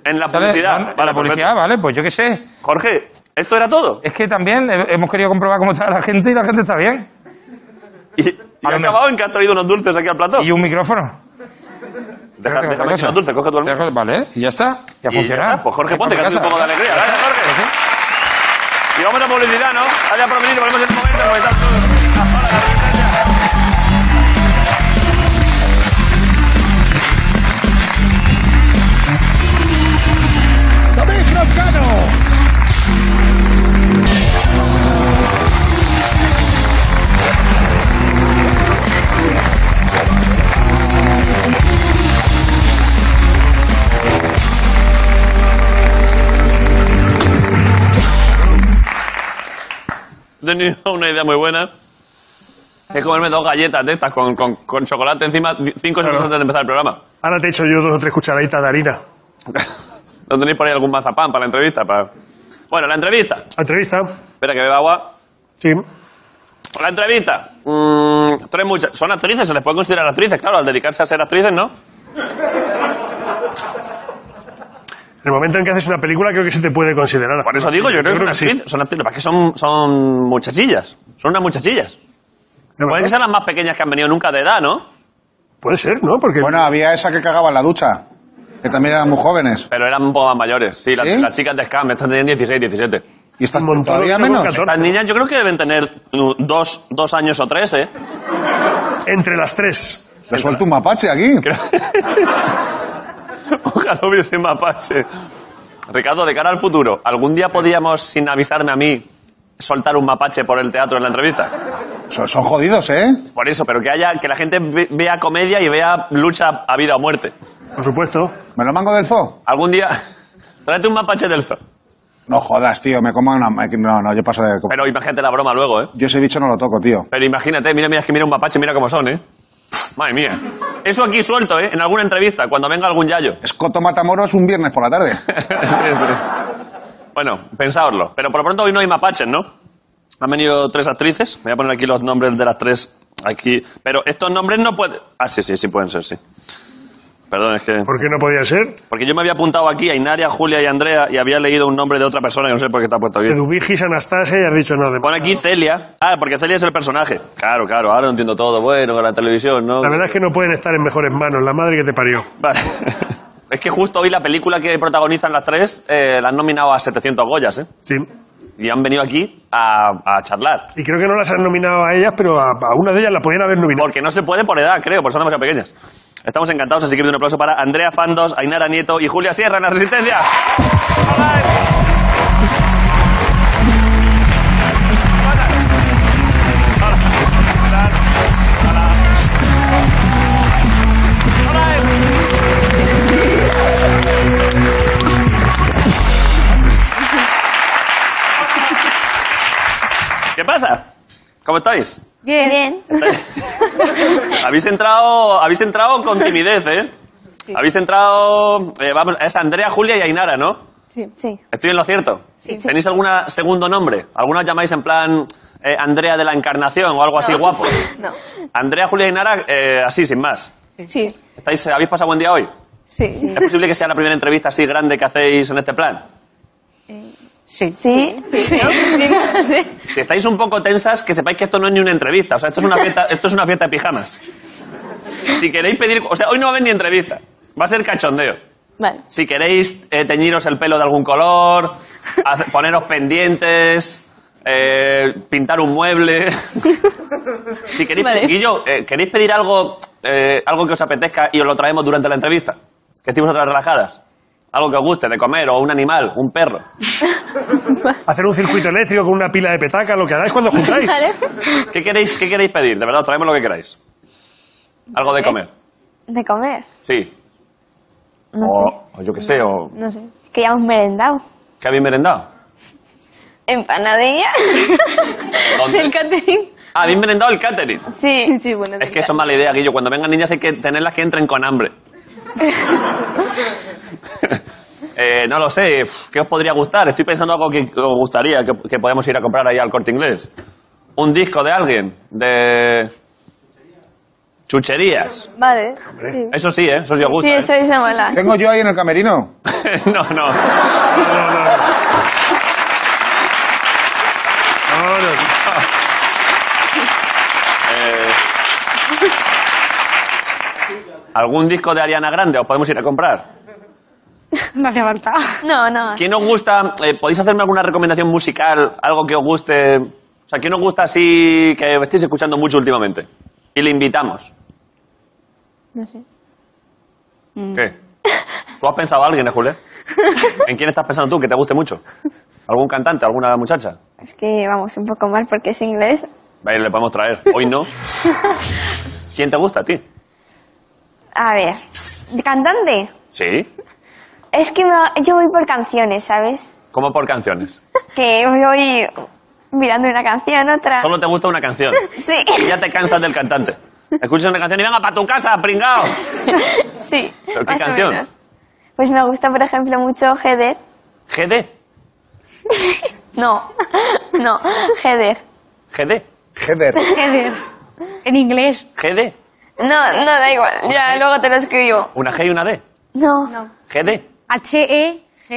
[SPEAKER 1] En la
[SPEAKER 6] ¿sabes?
[SPEAKER 1] publicidad.
[SPEAKER 6] No,
[SPEAKER 1] Vale,
[SPEAKER 6] la publicidad, vale, pues yo qué sé.
[SPEAKER 1] perfecto. Jorge, ¿esto era todo?
[SPEAKER 6] Es que también he- hemos querido comprobar cómo está la gente y la gente está bien.
[SPEAKER 1] Y, y
[SPEAKER 6] A
[SPEAKER 1] ha
[SPEAKER 6] lo mejor.
[SPEAKER 1] acabado en que has traído unos dulces aquí al plato.
[SPEAKER 6] Y un micrófono.
[SPEAKER 1] Deja-
[SPEAKER 6] Creo que
[SPEAKER 1] déjame
[SPEAKER 6] otra
[SPEAKER 1] que los
[SPEAKER 6] cosa.
[SPEAKER 1] dulces, coge tú el mío.
[SPEAKER 6] Dejo- Vale, y ya está. Ya
[SPEAKER 1] Y ya
[SPEAKER 6] funciona.
[SPEAKER 1] está, Pues Jorge,
[SPEAKER 6] Ya
[SPEAKER 1] ponte que
[SPEAKER 6] por
[SPEAKER 1] hace un
[SPEAKER 6] casa.
[SPEAKER 1] poco de alegría. Gracias, Jorge. Y vamos a publicidad, ¿no? Gracias por venir, volvemos en un momento, porque están todos. Hola, gracias.
[SPEAKER 4] ¡David Lozano!
[SPEAKER 1] He tenido una idea muy buena. Es comerme dos galletas de estas con, con, con chocolate encima di- cinco segundos antes de empezar el programa.
[SPEAKER 5] Ahora te echo yo dos o tres cucharaditas de harina.
[SPEAKER 1] ¿No tenéis por ahí algún mazapán para la entrevista? Para... Bueno, la entrevista.
[SPEAKER 5] Entrevista.
[SPEAKER 1] Espera que beba agua.
[SPEAKER 5] Sí.
[SPEAKER 1] La entrevista. Mm, tres muchas. Son actrices, se les puede considerar actrices, claro, al dedicarse a ser actrices, ¿no?
[SPEAKER 5] En el momento en que haces una película, creo que se te puede considerar.
[SPEAKER 1] Por eso digo, yo creo que son actrices. Son actrices, para que son, son muchachillas. Son unas muchachillas.
[SPEAKER 5] De
[SPEAKER 1] Pueden
[SPEAKER 5] verdad.
[SPEAKER 1] que sean las más pequeñas que han venido nunca de edad, ¿no?
[SPEAKER 5] Puede ser, ¿no? Porque
[SPEAKER 4] Bueno, había esa que cagaba en la ducha, que también eran muy jóvenes.
[SPEAKER 1] Pero eran un poco más mayores. Sí, las,
[SPEAKER 4] ¿Sí?
[SPEAKER 1] las chicas de Scam están teniendo 16, 17.
[SPEAKER 4] Y estas
[SPEAKER 5] Montoro
[SPEAKER 4] todavía
[SPEAKER 5] tenemos
[SPEAKER 4] menos.
[SPEAKER 5] 14.
[SPEAKER 1] Las niñas yo creo que deben tener uh, dos, dos años o tres, ¿eh?
[SPEAKER 5] entre las tres.
[SPEAKER 4] Le suelto un mapache aquí.
[SPEAKER 1] Ojalá hubiese mapache. Ricardo, de cara al futuro, ¿algún día podíamos, sin avisarme a mí, soltar un mapache por el teatro en la entrevista?
[SPEAKER 4] Son, son jodidos, ¿eh?
[SPEAKER 1] Por eso, pero que haya que la gente ve- vea comedia y vea lucha a vida o muerte.
[SPEAKER 5] Por supuesto.
[SPEAKER 4] ¿Me lo mango del fo?
[SPEAKER 1] Algún día, tráete un mapache del zoo.
[SPEAKER 4] No jodas, tío, me como una... No, no, yo paso de...
[SPEAKER 1] Pero imagínate la broma luego, ¿eh?
[SPEAKER 4] Yo ese bicho no lo toco, tío.
[SPEAKER 1] Pero imagínate, mira, mira, es que mira un mapache, mira cómo son, ¿eh? Madre mía. Eso aquí suelto, ¿eh? En alguna entrevista, cuando venga algún yayo.
[SPEAKER 4] Escoto Matamoros un viernes por la tarde.
[SPEAKER 1] Sí, sí. Bueno, pensáoslo. Pero por lo pronto hoy no hay mapaches, ¿no? Han venido tres actrices. Voy a poner aquí los nombres de las tres. Aquí. Pero estos nombres no pueden. Ah, sí, sí, sí pueden ser, sí. Perdón, es que...
[SPEAKER 5] ¿Por qué no podía ser?
[SPEAKER 1] Porque yo me había apuntado aquí a Inaria, Julia y Andrea y había leído un nombre de otra persona que no sé por qué te ha puesto aquí.
[SPEAKER 5] Edubigis, Anastasia, y has dicho no. De...
[SPEAKER 1] Pone aquí Celia. Ah, porque Celia es el personaje. Claro, claro, ahora lo entiendo todo. Bueno, con la televisión, ¿no?
[SPEAKER 5] La verdad es que no pueden estar en mejores manos. La madre que te parió.
[SPEAKER 1] Vale. Es que justo hoy la película que protagonizan las tres eh, la han nominado a 700 Goyas, ¿eh?
[SPEAKER 5] Sí.
[SPEAKER 1] Y han venido aquí a, a charlar.
[SPEAKER 5] Y creo que no las han nominado a ellas, pero a, a una de ellas la podían haber nominado.
[SPEAKER 1] Porque no se puede por edad, creo, por eso son demasiado pequeñas. Estamos encantados, así que pido un aplauso para Andrea Fandos, Ainara Nieto y Julia Sierra en la Resistencia. Hola. Hola. Hola. Hola. Hola. Hola. ¿Qué pasa? ¿Cómo estáis?
[SPEAKER 7] Bien.
[SPEAKER 1] Habéis entrado, habéis entrado con timidez, ¿eh? Habéis entrado, eh, vamos, es Andrea, Julia y Ainara, ¿no?
[SPEAKER 7] Sí. Sí.
[SPEAKER 1] ¿Estoy en lo cierto?
[SPEAKER 7] Sí. Sí.
[SPEAKER 1] ¿Tenéis algún segundo nombre? ¿Alguna os llamáis en plan eh, Andrea de la Encarnación o algo así guapo?
[SPEAKER 7] No.
[SPEAKER 1] Andrea, Julia y Ainara, eh, así, sin más.
[SPEAKER 7] Sí.
[SPEAKER 1] ¿Estáis, ¿Habéis pasado buen día hoy?
[SPEAKER 7] Sí.
[SPEAKER 1] ¿Es posible que sea la primera entrevista así grande que hacéis en este plan?
[SPEAKER 7] Sí. Sí. Sí.
[SPEAKER 1] Si estáis un poco tensas, que sepáis que esto no es ni una entrevista. O sea, esto es una fiesta, esto es una fiesta de pijamas. Si queréis pedir... O sea, hoy no va a haber ni entrevista. Va a ser cachondeo.
[SPEAKER 7] Vale.
[SPEAKER 1] Si queréis eh, teñiros el pelo de algún color, hace- poneros pendientes, eh, pintar un mueble... Si queréis...
[SPEAKER 7] Vale.
[SPEAKER 1] Guillo, eh, ¿queréis pedir algo, eh, algo que os apetezca y os lo traemos durante la entrevista? Que estemos otras relajadas. Algo que os guste, de comer, o un animal, un perro.
[SPEAKER 5] Hacer un circuito eléctrico con una pila de petaca, lo que hagáis cuando juntáis.
[SPEAKER 7] Vale.
[SPEAKER 1] ¿Qué queréis, ¿Qué queréis pedir? De verdad, os traemos lo que queráis. Algo de comer.
[SPEAKER 7] De comer.
[SPEAKER 1] Sí.
[SPEAKER 7] No sé.
[SPEAKER 1] o, o yo qué sé, o...
[SPEAKER 7] No sé. Que ya hemos merendado.
[SPEAKER 1] ¿Qué habéis merendado?
[SPEAKER 7] Empanadilla.
[SPEAKER 1] ¿Dónde?
[SPEAKER 7] Del catering.
[SPEAKER 1] Ah, habéis merendado el catering.
[SPEAKER 7] Sí. Sí, bueno.
[SPEAKER 1] Es que eso es mala idea, Guillo. Cuando vengan niñas hay que tenerlas que entren con hambre. Eh, no lo sé. Uf, ¿Qué os podría gustar? Estoy pensando algo que que os gustaría, que, que podemos ir a comprar ahí al corte inglés. Un disco de alguien, de... Chucherías.
[SPEAKER 7] Vale.
[SPEAKER 1] Eso sí, ¿eh? Eso sí os gusta.
[SPEAKER 7] Sí,
[SPEAKER 1] ¿eh?
[SPEAKER 7] eso es mala.
[SPEAKER 4] Tengo yo ahí en el camerino.
[SPEAKER 1] no, no.
[SPEAKER 5] No, no.
[SPEAKER 1] ¿Algún disco de Ariana Grande os podemos ir a comprar?
[SPEAKER 3] No hace falta.
[SPEAKER 7] No, no.
[SPEAKER 1] ¿Quién os gusta? eh, ¿Podéis hacerme alguna recomendación musical? Algo que os guste. O sea, ¿quién os gusta así que estéis escuchando mucho últimamente? Y le invitamos.
[SPEAKER 7] No sé.
[SPEAKER 1] ¿Qué? ¿Tú has pensado a alguien, eh, Julián? ¿En quién estás pensando tú que te guste mucho? ¿Algún cantante? ¿Alguna muchacha?
[SPEAKER 7] Es que vamos un poco mal porque es inglés.
[SPEAKER 1] Ahí le podemos traer. Hoy no. ¿Quién te gusta a ti?
[SPEAKER 7] A ver. ¿De cantante?
[SPEAKER 1] Sí.
[SPEAKER 7] Es que me- yo voy por canciones, ¿sabes?
[SPEAKER 1] ¿Cómo por canciones?
[SPEAKER 7] Que voy mirando una canción, otra.
[SPEAKER 1] Solo te gusta una canción.
[SPEAKER 7] Sí.
[SPEAKER 1] Y ya te cansas del cantante. Escuchas una canción y venga para tu casa, pringao.
[SPEAKER 7] Sí.
[SPEAKER 1] ¿Pero qué
[SPEAKER 7] más o
[SPEAKER 1] canción?
[SPEAKER 7] menos. Pues me gusta, por ejemplo, mucho Heather.
[SPEAKER 1] GD.
[SPEAKER 7] No, no, Heather.
[SPEAKER 1] GD.
[SPEAKER 4] Heather.
[SPEAKER 3] Heather. En inglés.
[SPEAKER 1] GD.
[SPEAKER 7] No, no, da igual. Ya luego te lo escribo.
[SPEAKER 1] Una G y una D.
[SPEAKER 7] No.
[SPEAKER 1] GD.
[SPEAKER 3] E H-E-G-D.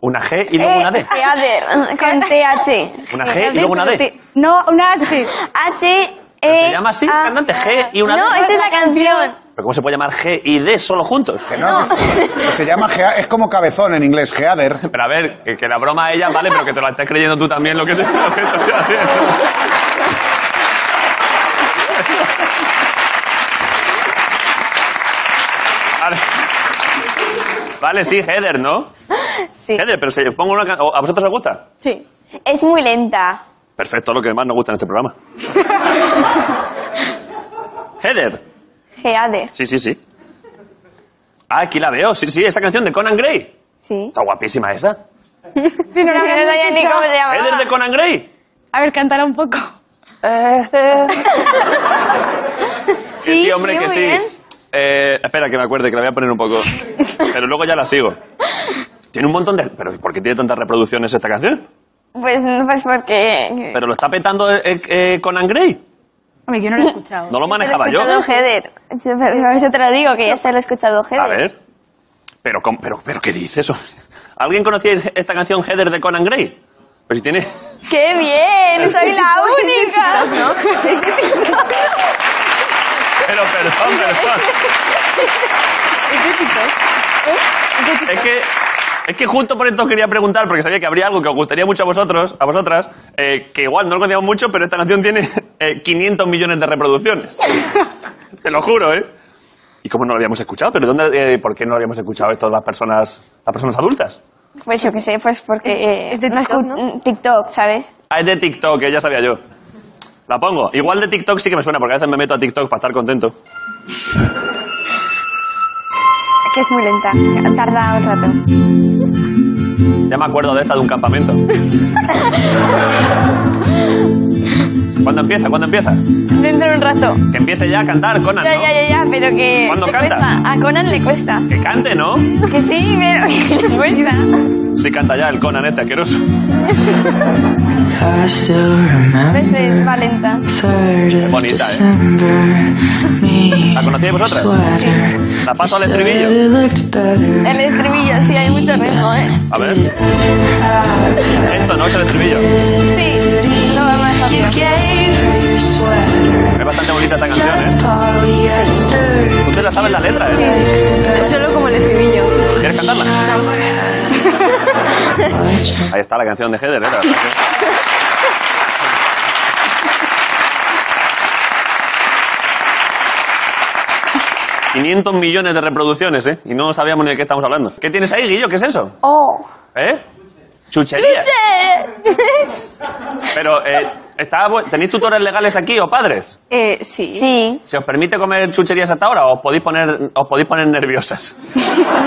[SPEAKER 1] Una G y luego una D.
[SPEAKER 7] Heather, con TH.
[SPEAKER 1] Una G y luego una D.
[SPEAKER 3] No, una H.
[SPEAKER 7] H.
[SPEAKER 1] Pero
[SPEAKER 7] E,
[SPEAKER 1] se llama así,
[SPEAKER 7] A-
[SPEAKER 1] cantante, G y una
[SPEAKER 7] No,
[SPEAKER 1] D.
[SPEAKER 7] esa es la canción.
[SPEAKER 1] ¿Pero cómo se puede llamar G y D solo juntos?
[SPEAKER 4] Que no, que se llama Gea- es como cabezón en inglés, Heather.
[SPEAKER 1] Pero a ver, que, que la broma a ella vale, pero que te la estés creyendo tú también lo que te lo que te estoy haciendo. Vale. Vale, sí, Heather, ¿no?
[SPEAKER 7] Sí.
[SPEAKER 1] Heather, pero si yo pongo una can- ¿A vosotros os gusta?
[SPEAKER 7] Sí. Es muy lenta.
[SPEAKER 1] Perfecto, lo que más nos gusta en este programa. Heather.
[SPEAKER 7] Heather.
[SPEAKER 1] Sí, sí, sí. Ah, aquí la veo. Sí, sí, esa canción de Conan Gray.
[SPEAKER 7] Sí.
[SPEAKER 1] Está guapísima esa.
[SPEAKER 3] Sí, no,
[SPEAKER 7] Sí, no sabía ni cómo se
[SPEAKER 1] Heather de
[SPEAKER 7] llamaba.
[SPEAKER 1] Conan Gray.
[SPEAKER 3] A ver, cántala un poco.
[SPEAKER 1] Sí, sí, hombre,
[SPEAKER 7] sí,
[SPEAKER 1] que
[SPEAKER 7] muy
[SPEAKER 1] sí.
[SPEAKER 7] bien.
[SPEAKER 1] Eh, espera, que me acuerde, que la voy a poner un poco. Pero luego ya la sigo. Tiene un montón de... ¿Pero por qué tiene tantas reproducciones esta canción?
[SPEAKER 7] Pues, no, pues porque.
[SPEAKER 1] ¿Pero lo está petando eh, eh, Conan Gray?
[SPEAKER 3] Hombre, yo no lo he escuchado.
[SPEAKER 1] No lo manejaba yo.
[SPEAKER 7] Lo he escuchado Heder. Yo, pero Por eso te lo digo, que ya se lo he escuchado Heder.
[SPEAKER 1] A ver. Pero, ¿cómo- pero, pero ¿qué dices? hombre? ¿Alguien conocía esta canción Heather de Conan Gray? Pues si tiene...
[SPEAKER 7] ¡Qué bien! ¡Soy la única!
[SPEAKER 1] Pero perdón, perdón. Es que, es que justo por esto quería preguntar, porque sabía que habría algo que os gustaría mucho a vosotros, a vosotras, eh, que igual no lo conocíamos mucho, pero esta canción tiene eh, 500 millones de reproducciones. Te lo juro, ¿eh? ¿Y cómo no lo habíamos escuchado? ¿Pero dónde, eh, por qué no lo habíamos escuchado esto las personas, las personas adultas?
[SPEAKER 7] pues yo qué sé, pues porque... eh,
[SPEAKER 3] es de
[SPEAKER 7] no
[SPEAKER 3] TikTok,
[SPEAKER 7] escu- TikTok, ¿sabes?
[SPEAKER 1] Ah, es de TikTok, que ya sabía yo. La pongo. Igual de TikTok sí que me suena, porque a veces me meto a TikTok para estar contento.
[SPEAKER 7] Que es muy lenta. Tarda un rato.
[SPEAKER 1] Ya me acuerdo de esta de un campamento. ¿Cuándo empieza? ¿Cuándo empieza?
[SPEAKER 7] Dentro de un rato.
[SPEAKER 1] Que empiece ya a cantar, Conan,
[SPEAKER 7] Ya,
[SPEAKER 1] Ah, ¿no?
[SPEAKER 7] ya, ya, ya, pero que...
[SPEAKER 1] ¿Cuándo
[SPEAKER 7] le
[SPEAKER 1] canta?
[SPEAKER 7] cuesta. A Conan le cuesta.
[SPEAKER 1] Que cante, ¿no?
[SPEAKER 7] Que sí, pero que le cuesta.
[SPEAKER 1] Sí canta ya el Conan este asqueroso.
[SPEAKER 8] I still remember
[SPEAKER 7] Ves, ves, va lenta.
[SPEAKER 8] 3rd of
[SPEAKER 1] bonita, eh.
[SPEAKER 8] December. Me
[SPEAKER 1] ¿La conocíais vosotras?
[SPEAKER 8] sweater.
[SPEAKER 1] La paso al
[SPEAKER 8] Said
[SPEAKER 1] estribillo.
[SPEAKER 8] it looked better.
[SPEAKER 7] El estribillo, sí, hay mucho ritmo, ¿eh?
[SPEAKER 1] A ver. Esto no es el estribillo.
[SPEAKER 7] Sí, no va más
[SPEAKER 8] You
[SPEAKER 7] rápido.
[SPEAKER 8] gave her your sweater.
[SPEAKER 1] Es bastante bonita esta
[SPEAKER 8] Just
[SPEAKER 1] canción, ¿eh?
[SPEAKER 8] polyester.
[SPEAKER 1] Ustedes la saben la letra, ¿eh?
[SPEAKER 7] Solo como el estribillo.
[SPEAKER 1] ¿Quieres cantarla? Ahí está la canción de Heather, ¿eh? La verdad que- 500 millones de reproducciones, ¿eh? Y no sabíamos ni de qué estamos hablando. ¿Qué tienes ahí, Guillo? ¿Qué es eso?
[SPEAKER 7] ¡Oh!
[SPEAKER 1] ¿Eh? Chuchería. Pero, eh, ¿está bu- ¿tenéis tutores legales aquí o padres?
[SPEAKER 9] Eh, sí.
[SPEAKER 7] Sí.
[SPEAKER 1] ¿Se os permite comer chucherías hasta ahora o os podéis poner, os podéis poner nerviosas?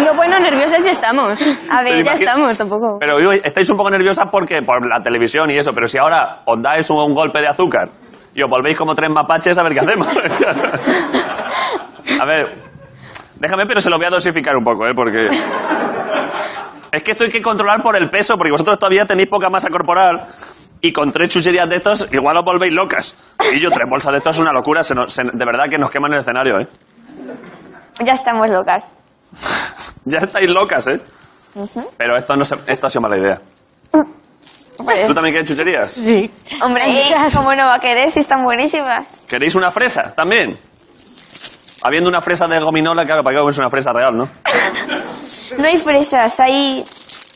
[SPEAKER 9] No, bueno, nerviosas ya estamos.
[SPEAKER 7] A
[SPEAKER 1] Pero
[SPEAKER 7] ver, ya
[SPEAKER 1] imagi-
[SPEAKER 7] estamos, tampoco.
[SPEAKER 1] Pero digo, estáis un poco nerviosas porque por la televisión y eso, pero si ahora os dais un, un golpe de azúcar y os volvéis como tres mapaches, a ver qué hacemos. a ver, déjame, pero se lo voy a dosificar un poco, ¿eh? Porque... Es que esto hay que controlar por el peso, porque vosotros todavía tenéis poca masa corporal y con tres chucherías de estos igual os volvéis locas. Y yo, tres bolsas de estos es una locura, se nos- se- de verdad que nos queman el escenario, ¿eh?
[SPEAKER 7] Ya estamos locas.
[SPEAKER 1] Ya estáis locas, ¿eh? Pero esto, no se- esto ha sido mala idea.
[SPEAKER 7] Pues,
[SPEAKER 1] ¿Tú también quieres chucherías?
[SPEAKER 3] Sí.
[SPEAKER 7] hombre, ¿eh? ¿cómo no va a querer si están buenísimas?
[SPEAKER 1] ¿Queréis una fresa también? Habiendo una fresa de gominola, claro, para que es una fresa real, ¿no?
[SPEAKER 7] No hay fresas, hay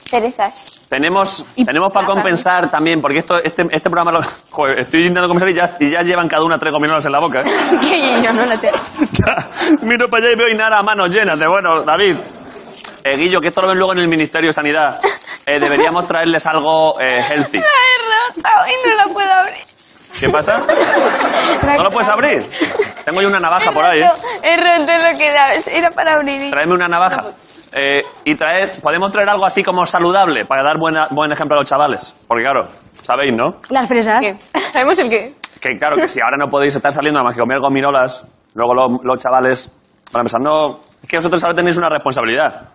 [SPEAKER 7] cerezas.
[SPEAKER 1] Tenemos, tenemos para compensar también, porque esto, este, este programa lo. Joder, estoy intentando compensar y ya, y ya llevan cada una tres gominolas en la boca. ¿eh?
[SPEAKER 9] que yo no lo sé.
[SPEAKER 1] Ya, Miro para allá y veo Inara a manos llenas de bueno, David. eh, Guillo, que esto lo ven luego en el Ministerio de Sanidad. Eh, deberíamos traerles algo eh, healthy.
[SPEAKER 7] he roto y no la puedo abrir.
[SPEAKER 1] ¿Qué pasa? ¿No lo puedes abrir? Tengo yo una navaja por ahí, ¿eh?
[SPEAKER 7] He roto lo que da, era para abrir.
[SPEAKER 1] Traeme una navaja. Eh, y traed, podemos traer algo así como saludable para dar buena- buen ejemplo a los chavales. Porque claro, sabéis, ¿no?
[SPEAKER 3] Las fresas.
[SPEAKER 9] ¿Qué? ¿Sabemos el qué?
[SPEAKER 1] Que claro, que si ahora no podéis estar saliendo nada más que comer gominolas, luego lo- los chavales van a pensar, no, es que vosotros ahora tenéis una responsabilidad.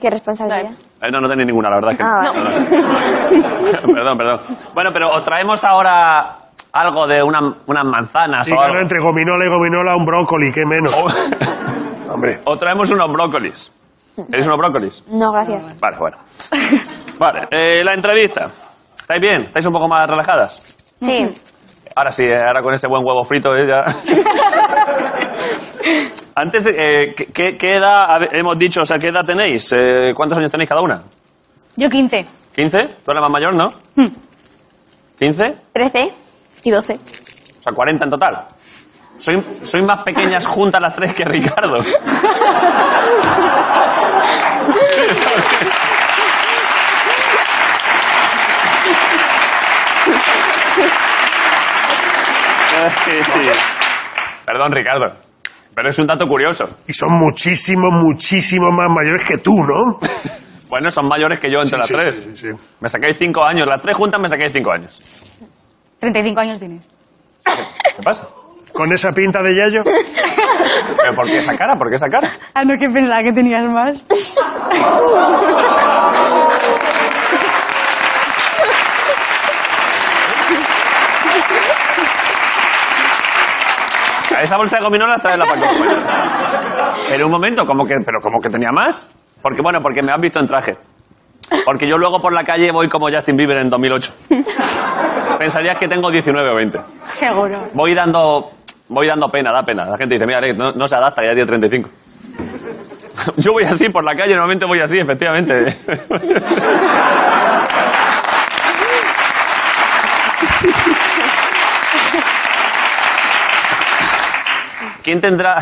[SPEAKER 7] Qué responsabilidad.
[SPEAKER 1] Eh, no, no tenéis ninguna, la verdad es que
[SPEAKER 7] Ah,
[SPEAKER 1] no. perdón, perdón. Bueno, pero os traemos ahora algo de una, unas manzanas
[SPEAKER 5] Sí,
[SPEAKER 1] o
[SPEAKER 5] claro,
[SPEAKER 1] algo. Oh.
[SPEAKER 5] entre gominola y gominola, un brócoli, qué menos. Hombre.
[SPEAKER 1] O traemos unos brócolis. ¿Queréis unos brócolis?
[SPEAKER 7] No, gracias.
[SPEAKER 1] Vale, bueno. Vale, eh, la entrevista. ¿Estáis bien? ¿Estáis un poco más relajadas?
[SPEAKER 7] Sí.
[SPEAKER 1] Ahora sí, eh, ahora con este buen huevo frito, eh, ya. Antes, eh, ¿qué- ¿qué, qué edad habe- hemos dicho? O sea, ¿qué edad tenéis? Eh, ¿Cuántos años tenéis cada una?
[SPEAKER 3] Yo 15.
[SPEAKER 1] ¿15? Tú eres la más mayor, ¿no? ¿15?
[SPEAKER 7] ¿Trece?
[SPEAKER 9] Y 12.
[SPEAKER 1] O sea, 40 en total. Soy, soy más pequeñas juntas las tres que Ricardo. Perdón, Ricardo. Pero es un dato curioso.
[SPEAKER 5] Y son muchísimo, muchísimo más mayores que tú, ¿no?
[SPEAKER 1] Bueno, son mayores que yo entre las
[SPEAKER 5] Sí, sí,
[SPEAKER 1] tres.
[SPEAKER 5] sí, sí, sí.
[SPEAKER 1] Me sacáis cinco años. Las tres juntas me sacáis cinco años.
[SPEAKER 3] 35 años tienes.
[SPEAKER 1] ¿Qué pasa?
[SPEAKER 5] Con esa pinta de yayo.
[SPEAKER 1] ¿Pero por qué esa cara? ¿Por qué esa cara?
[SPEAKER 3] Ah, no, que pensaba que tenías más.
[SPEAKER 1] esa bolsa de gominolas trae la Paco. Pero un momento, ¿cómo que, pero como que tenía más? Porque bueno, porque me han visto en traje. Porque yo luego por la calle voy como Justin Bieber en 2008. Pensarías que tengo 19 o 20.
[SPEAKER 3] Seguro.
[SPEAKER 1] Voy dando, voy dando pena, da pena. La gente dice, mira, Alex, no, no se adapta, ya tiene 35. Yo voy así por la calle, normalmente voy así, efectivamente. ¿Quién tendrá...?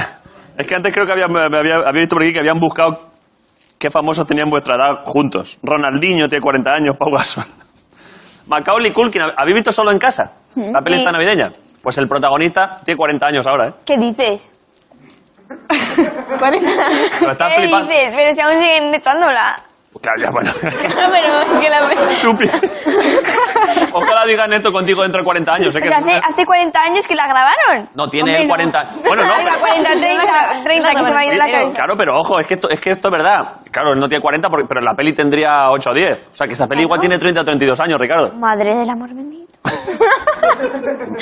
[SPEAKER 1] Es que antes creo que había, me- me había, había visto por aquí que habían buscado qué famosos tenían vuestra edad juntos. Ronaldinho tiene 40 años, Pau Gasol. Macaulay Culkin, ¿habéis visto Solo en casa? La peli
[SPEAKER 7] Sí.
[SPEAKER 1] está navideña. Pues el protagonista tiene 40 años ahora, ¿eh?
[SPEAKER 7] ¿Qué dices?
[SPEAKER 9] ¿Cuál es?
[SPEAKER 1] Pero está
[SPEAKER 7] ¿Qué
[SPEAKER 1] flipando.
[SPEAKER 7] dices? Pero estamos en- echándola.
[SPEAKER 1] Pues Claro, ya, bueno.
[SPEAKER 7] Ah,
[SPEAKER 9] Claro, pero es que la...
[SPEAKER 1] Chupi. Ojalá digan esto contigo dentro de 40 años. sé
[SPEAKER 7] Pues
[SPEAKER 1] que-
[SPEAKER 7] hace, hace 40 años que la grabaron.
[SPEAKER 1] No, tiene
[SPEAKER 7] Hombre,
[SPEAKER 1] él
[SPEAKER 7] no.
[SPEAKER 1] 40. Bueno, no.
[SPEAKER 7] Venga,
[SPEAKER 1] pero-
[SPEAKER 7] 40, 30, 30, que se va a ir la
[SPEAKER 1] Pero-
[SPEAKER 7] cabeza.
[SPEAKER 1] Claro, pero ojo, es que esto es, que esto es verdad. Claro, él no tiene 40, porque- pero en la peli tendría 8 o 10. O sea, que esa peli igual tiene 30 o 32 años, Ricardo.
[SPEAKER 7] Madre del amor bendito.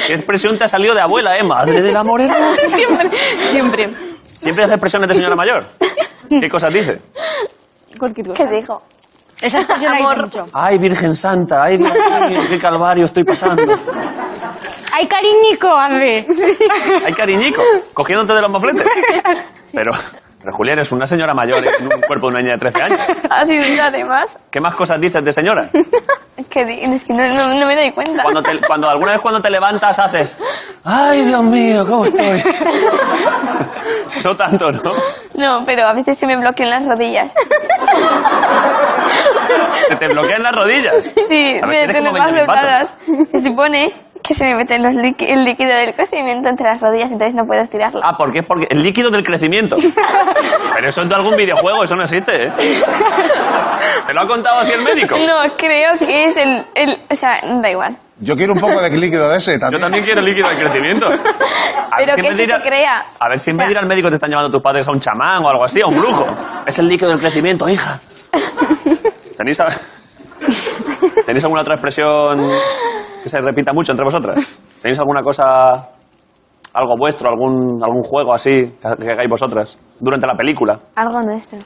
[SPEAKER 1] ¿Qué expresión te ha salido de abuela, eh? Madre de la morena.
[SPEAKER 9] Siempre, siempre.
[SPEAKER 1] Siempre hace expresiones de señora mayor. ¿Qué cosas dice?
[SPEAKER 3] Cualquier cosa.
[SPEAKER 7] ¿Qué dijo?
[SPEAKER 3] Esa expresión la dicen mucho.
[SPEAKER 1] Ay, Virgen Santa, ay, Dios mío, qué calvario estoy pasando.
[SPEAKER 3] ¡Ay, cariñico, hace!
[SPEAKER 1] Ay, cariñico, cogiéndote de los mofletes. Pero, pero Julián es una señora mayor en un cuerpo de una niña de 13 años.
[SPEAKER 7] Así es, además.
[SPEAKER 1] ¿Qué más cosas dices de señora?
[SPEAKER 7] ¿Qué dices? Es que no, no- no me doy cuenta.
[SPEAKER 1] Cuando, te- cuando alguna vez cuando te levantas haces, ay Dios mío, ¿cómo estoy? No tanto, ¿no?
[SPEAKER 7] No, pero a veces se me bloquean las rodillas.
[SPEAKER 1] Se te bloquean las rodillas.
[SPEAKER 7] Sí,
[SPEAKER 1] A ver, si
[SPEAKER 7] me
[SPEAKER 1] eres como
[SPEAKER 7] tengo más
[SPEAKER 1] Benjamin
[SPEAKER 7] flotadas. Se supone que se me mete los líqui- el líquido del crecimiento entre las rodillas, entonces no puedo estirarlo.
[SPEAKER 1] Ah, porque es porque el líquido del crecimiento. Pero eso es de algún videojuego, eso no existe, ¿eh? ¿Te lo ha contado así el médico?
[SPEAKER 7] No, creo que es el, el... O sea, da igual.
[SPEAKER 4] Yo quiero un poco de líquido de ese
[SPEAKER 1] Yo
[SPEAKER 4] también.
[SPEAKER 1] también quiero líquido del crecimiento. A
[SPEAKER 7] Pero
[SPEAKER 1] si en
[SPEAKER 7] que
[SPEAKER 1] vez de
[SPEAKER 7] eso
[SPEAKER 1] ir a-
[SPEAKER 7] se crea.
[SPEAKER 1] A ver si en
[SPEAKER 7] O
[SPEAKER 1] vez de ir
[SPEAKER 7] sea-
[SPEAKER 1] al médico te están llamando tus padres a un chamán o algo así, a un brujo. Es el líquido del crecimiento, hija. ¿Tenéis, a- ¿Tenéis alguna otra expresión que se repita mucho entre vosotras? ¿Tenéis alguna cosa, algo vuestro, algún, algún juego así que que hagáis vosotras durante la película?
[SPEAKER 7] Algo nuestro.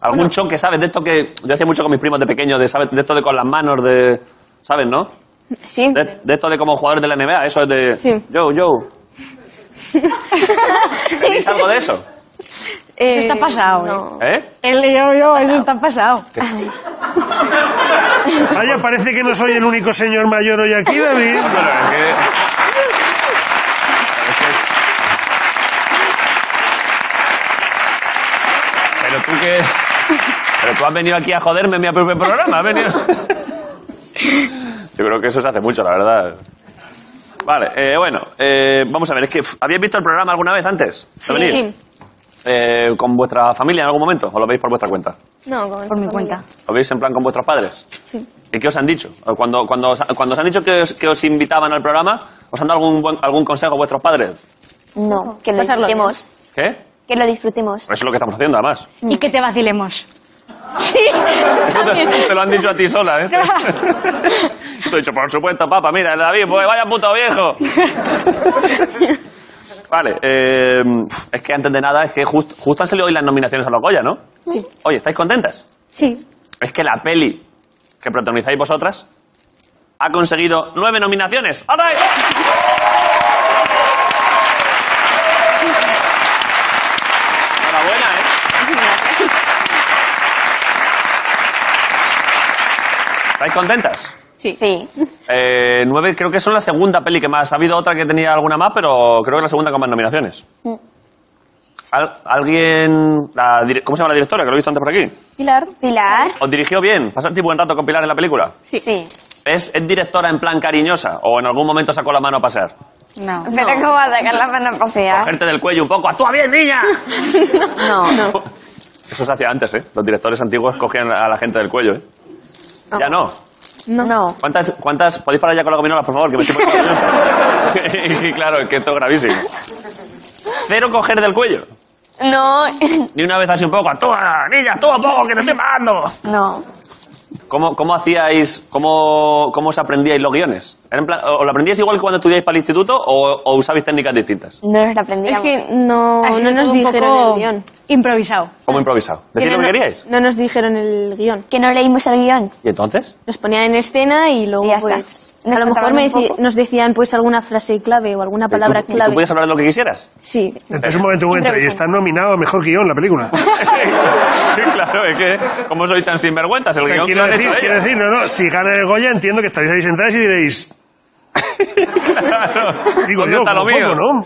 [SPEAKER 1] ¿Algún choque, sabes? De esto que yo hacía mucho con mis primos de pequeño, de, ¿sabes? de esto de con las manos, de... ¿Sabes, no?
[SPEAKER 9] Sí.
[SPEAKER 1] De, de esto de como jugadores de la NBA, eso es de...
[SPEAKER 9] Sí.
[SPEAKER 1] Yo, yo. ¿Tenéis algo de eso?
[SPEAKER 9] Eh,
[SPEAKER 3] Está pasado, ¿eh?
[SPEAKER 9] No.
[SPEAKER 1] ¿Eh?
[SPEAKER 3] El yo, yo, eso está pasado.
[SPEAKER 5] Vaya, parece que no soy el único señor mayor hoy aquí, David.
[SPEAKER 1] Pero es que- Pero tú que... Pero tú has venido aquí a joderme en mi propio programa, has venido... Yo creo que eso se hace mucho, la verdad. Vale, eh, bueno, eh, vamos a ver, es que... pff, ¿Habíais visto el programa alguna vez antes? de venir?
[SPEAKER 9] Sí.
[SPEAKER 1] Eh, ¿Con vuestra familia en algún momento? ¿O lo veis por vuestra cuenta?
[SPEAKER 9] No, con
[SPEAKER 3] Por mi cuenta.
[SPEAKER 1] ¿Lo veis en plan con vuestros padres?
[SPEAKER 9] Sí.
[SPEAKER 1] ¿Y qué os han dicho? O Cuando, cuando, os- cuando os han dicho que os, que os invitaban al programa, ¿os han dado algún, buen- algún consejo vuestros padres?
[SPEAKER 7] No, que lo
[SPEAKER 9] Pasarlo bien.
[SPEAKER 7] disfrutemos.
[SPEAKER 1] ¿Qué?
[SPEAKER 7] Que lo disfrutemos.
[SPEAKER 1] Eso es lo que estamos haciendo, además.
[SPEAKER 3] Y que te vacilemos.
[SPEAKER 1] Eso te, te lo han dicho a ti sola, ¿eh? Te he dicho, por supuesto, papá, mira, David, pues vaya puto viejo. Vale, eh, es que antes de nada, es que justo justo han salido hoy las nominaciones a los Goya, ¿no? Sí. Oye, ¿estáis contentas?
[SPEAKER 7] Sí.
[SPEAKER 1] Es que la peli que protagonizáis vosotras ha conseguido nueve nominaciones. ¡All right! Enhorabuena, ¿eh? ¿Estáis contentas?
[SPEAKER 7] Sí. Sí.
[SPEAKER 1] Eh, nueve creo que son la segunda peli que más. Ha habido otra que tenía alguna más, pero creo que la segunda con más nominaciones. Al- ¿Alguien...? la dire- ¿Cómo se llama la directora? Que lo he visto antes por aquí.
[SPEAKER 7] Pilar. Pilar.
[SPEAKER 1] ¿Os dirigió bien? ¿Pasaste buen rato con Pilar en la película?
[SPEAKER 7] Sí.
[SPEAKER 1] ¿Es, es directora en plan cariñosa o en algún momento sacó la mano a pasear?
[SPEAKER 3] No.
[SPEAKER 7] Pero ¿cómo va a sacar la mano a pasear?
[SPEAKER 1] Cogerte del cuello un poco. ¡Actúa bien, niña!
[SPEAKER 7] Ah. No. no.
[SPEAKER 1] Eso se hacía antes, ¿eh? Los directores antiguos cogían a la gente del cuello, ¿eh? Ya no.
[SPEAKER 7] No.
[SPEAKER 1] ¿Cuántas, ¿Cuántas? ¿Podéis parar ya con la gominola, por favor? Que me estoy poniendo nervioso. y claro, es que esto es gravísimo. Cero coger del cuello.
[SPEAKER 7] No.
[SPEAKER 1] Ni una vez así un poco. ¡Actúa, niña! ¡Actúa un poco, que te estoy pagando!
[SPEAKER 7] No.
[SPEAKER 1] ¿Cómo, cómo hacíais, cómo, cómo os aprendíais los guiones? ¿Era en plan- ¿O lo aprendíais igual que cuando estudiáis para el instituto o, o usabais técnicas distintas?
[SPEAKER 7] No nos lo aprendíamos.
[SPEAKER 9] Es que no,
[SPEAKER 3] Ha sido
[SPEAKER 9] no nos
[SPEAKER 3] todo un poco
[SPEAKER 9] dijeron el guión.
[SPEAKER 3] Improvisado.
[SPEAKER 1] ¿Cómo improvisado? ¿Decir
[SPEAKER 9] Que
[SPEAKER 1] lo
[SPEAKER 9] no-
[SPEAKER 1] que queríais?
[SPEAKER 9] No nos dijeron el guión.
[SPEAKER 7] Que no leímos el guión.
[SPEAKER 1] ¿Y entonces?
[SPEAKER 9] Nos ponían en escena y luego
[SPEAKER 7] Y ya está.
[SPEAKER 9] pues...
[SPEAKER 7] Nos
[SPEAKER 9] a lo mejor
[SPEAKER 7] contaban
[SPEAKER 9] me
[SPEAKER 7] un
[SPEAKER 9] deci-
[SPEAKER 7] poco.
[SPEAKER 9] nos decían pues alguna frase clave o alguna palabra
[SPEAKER 1] ¿Y tú, y
[SPEAKER 9] clave.
[SPEAKER 1] ¿Tú podías hablar de lo que quisieras?
[SPEAKER 9] Sí.
[SPEAKER 5] Entonces, un momento, un momento. Y
[SPEAKER 7] Improvisando.
[SPEAKER 5] está nominado a mejor guión la película.
[SPEAKER 1] Pues Sí, claro, es que ¿cómo sois tan sinvergüenzas? El
[SPEAKER 5] O sea,
[SPEAKER 1] guión que
[SPEAKER 5] quiero,
[SPEAKER 1] lo han
[SPEAKER 5] decir,
[SPEAKER 1] hecho ¿eh?
[SPEAKER 5] quiero
[SPEAKER 1] ellas.
[SPEAKER 5] decir, no, no, si gana el Goya entiendo que estaréis ahí sentadas y diréis,
[SPEAKER 1] Claro.
[SPEAKER 5] digo
[SPEAKER 1] ¿Dónde
[SPEAKER 5] yo,
[SPEAKER 1] está
[SPEAKER 5] como
[SPEAKER 1] lo mío?
[SPEAKER 5] poco, ¿no?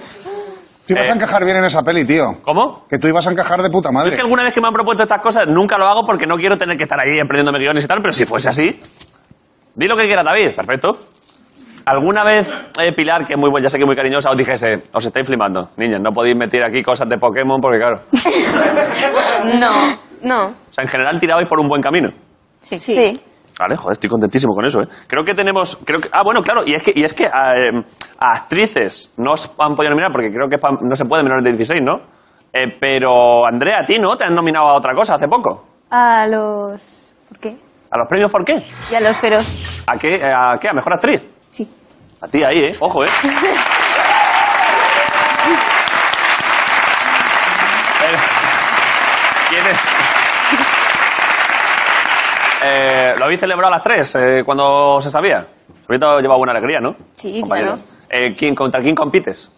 [SPEAKER 4] Tú ibas a encajar bien en esa peli, tío.
[SPEAKER 1] ¿Cómo?
[SPEAKER 4] Que tú ibas a encajar de puta
[SPEAKER 1] Es
[SPEAKER 4] madre.
[SPEAKER 1] que alguna vez que me han propuesto estas cosas, nunca lo hago porque no quiero tener que estar ahí emprendiéndome guiones y tal, pero si fuese así, di lo que quiera David, perfecto. ¿Alguna vez, eh, Pilar, que es muy buen- ya sé que es muy cariñosa, os dijese, os estáis flipando, niñas, no podéis meter aquí cosas de Pokémon porque, claro, o
[SPEAKER 7] No.
[SPEAKER 9] No.
[SPEAKER 1] sea, en general tirabais por un buen camino.
[SPEAKER 7] Sí.
[SPEAKER 1] Vale, joder, estoy contentísimo con eso, ¿eh? Creo que tenemos... Creo que, ah, bueno, claro, y es que, y es que a, eh, a actrices no os han podido nominar porque creo que es pa- no se puede menores de 16, ¿no? Eh, pero, Andrea, a ti, ¿no? Te han nominado a otra cosa hace poco.
[SPEAKER 9] A los... ¿Por qué?
[SPEAKER 1] ¿A los premios por qué?
[SPEAKER 9] Y a los feroz.
[SPEAKER 1] ¿A qué? eh, ¿A qué? ¿A mejor actriz?
[SPEAKER 9] Sí.
[SPEAKER 1] A ti ahí, ¿eh? Ojo, ¿eh? Pero- ¿Quién es? Eh, ¿Lo habéis celebrado a las 3 cuando se sabía? Ahorita lleva buena alegría, ¿no?
[SPEAKER 9] Sí,
[SPEAKER 1] Compañeros. Eh, ¿quién, ¿Contra quién compites?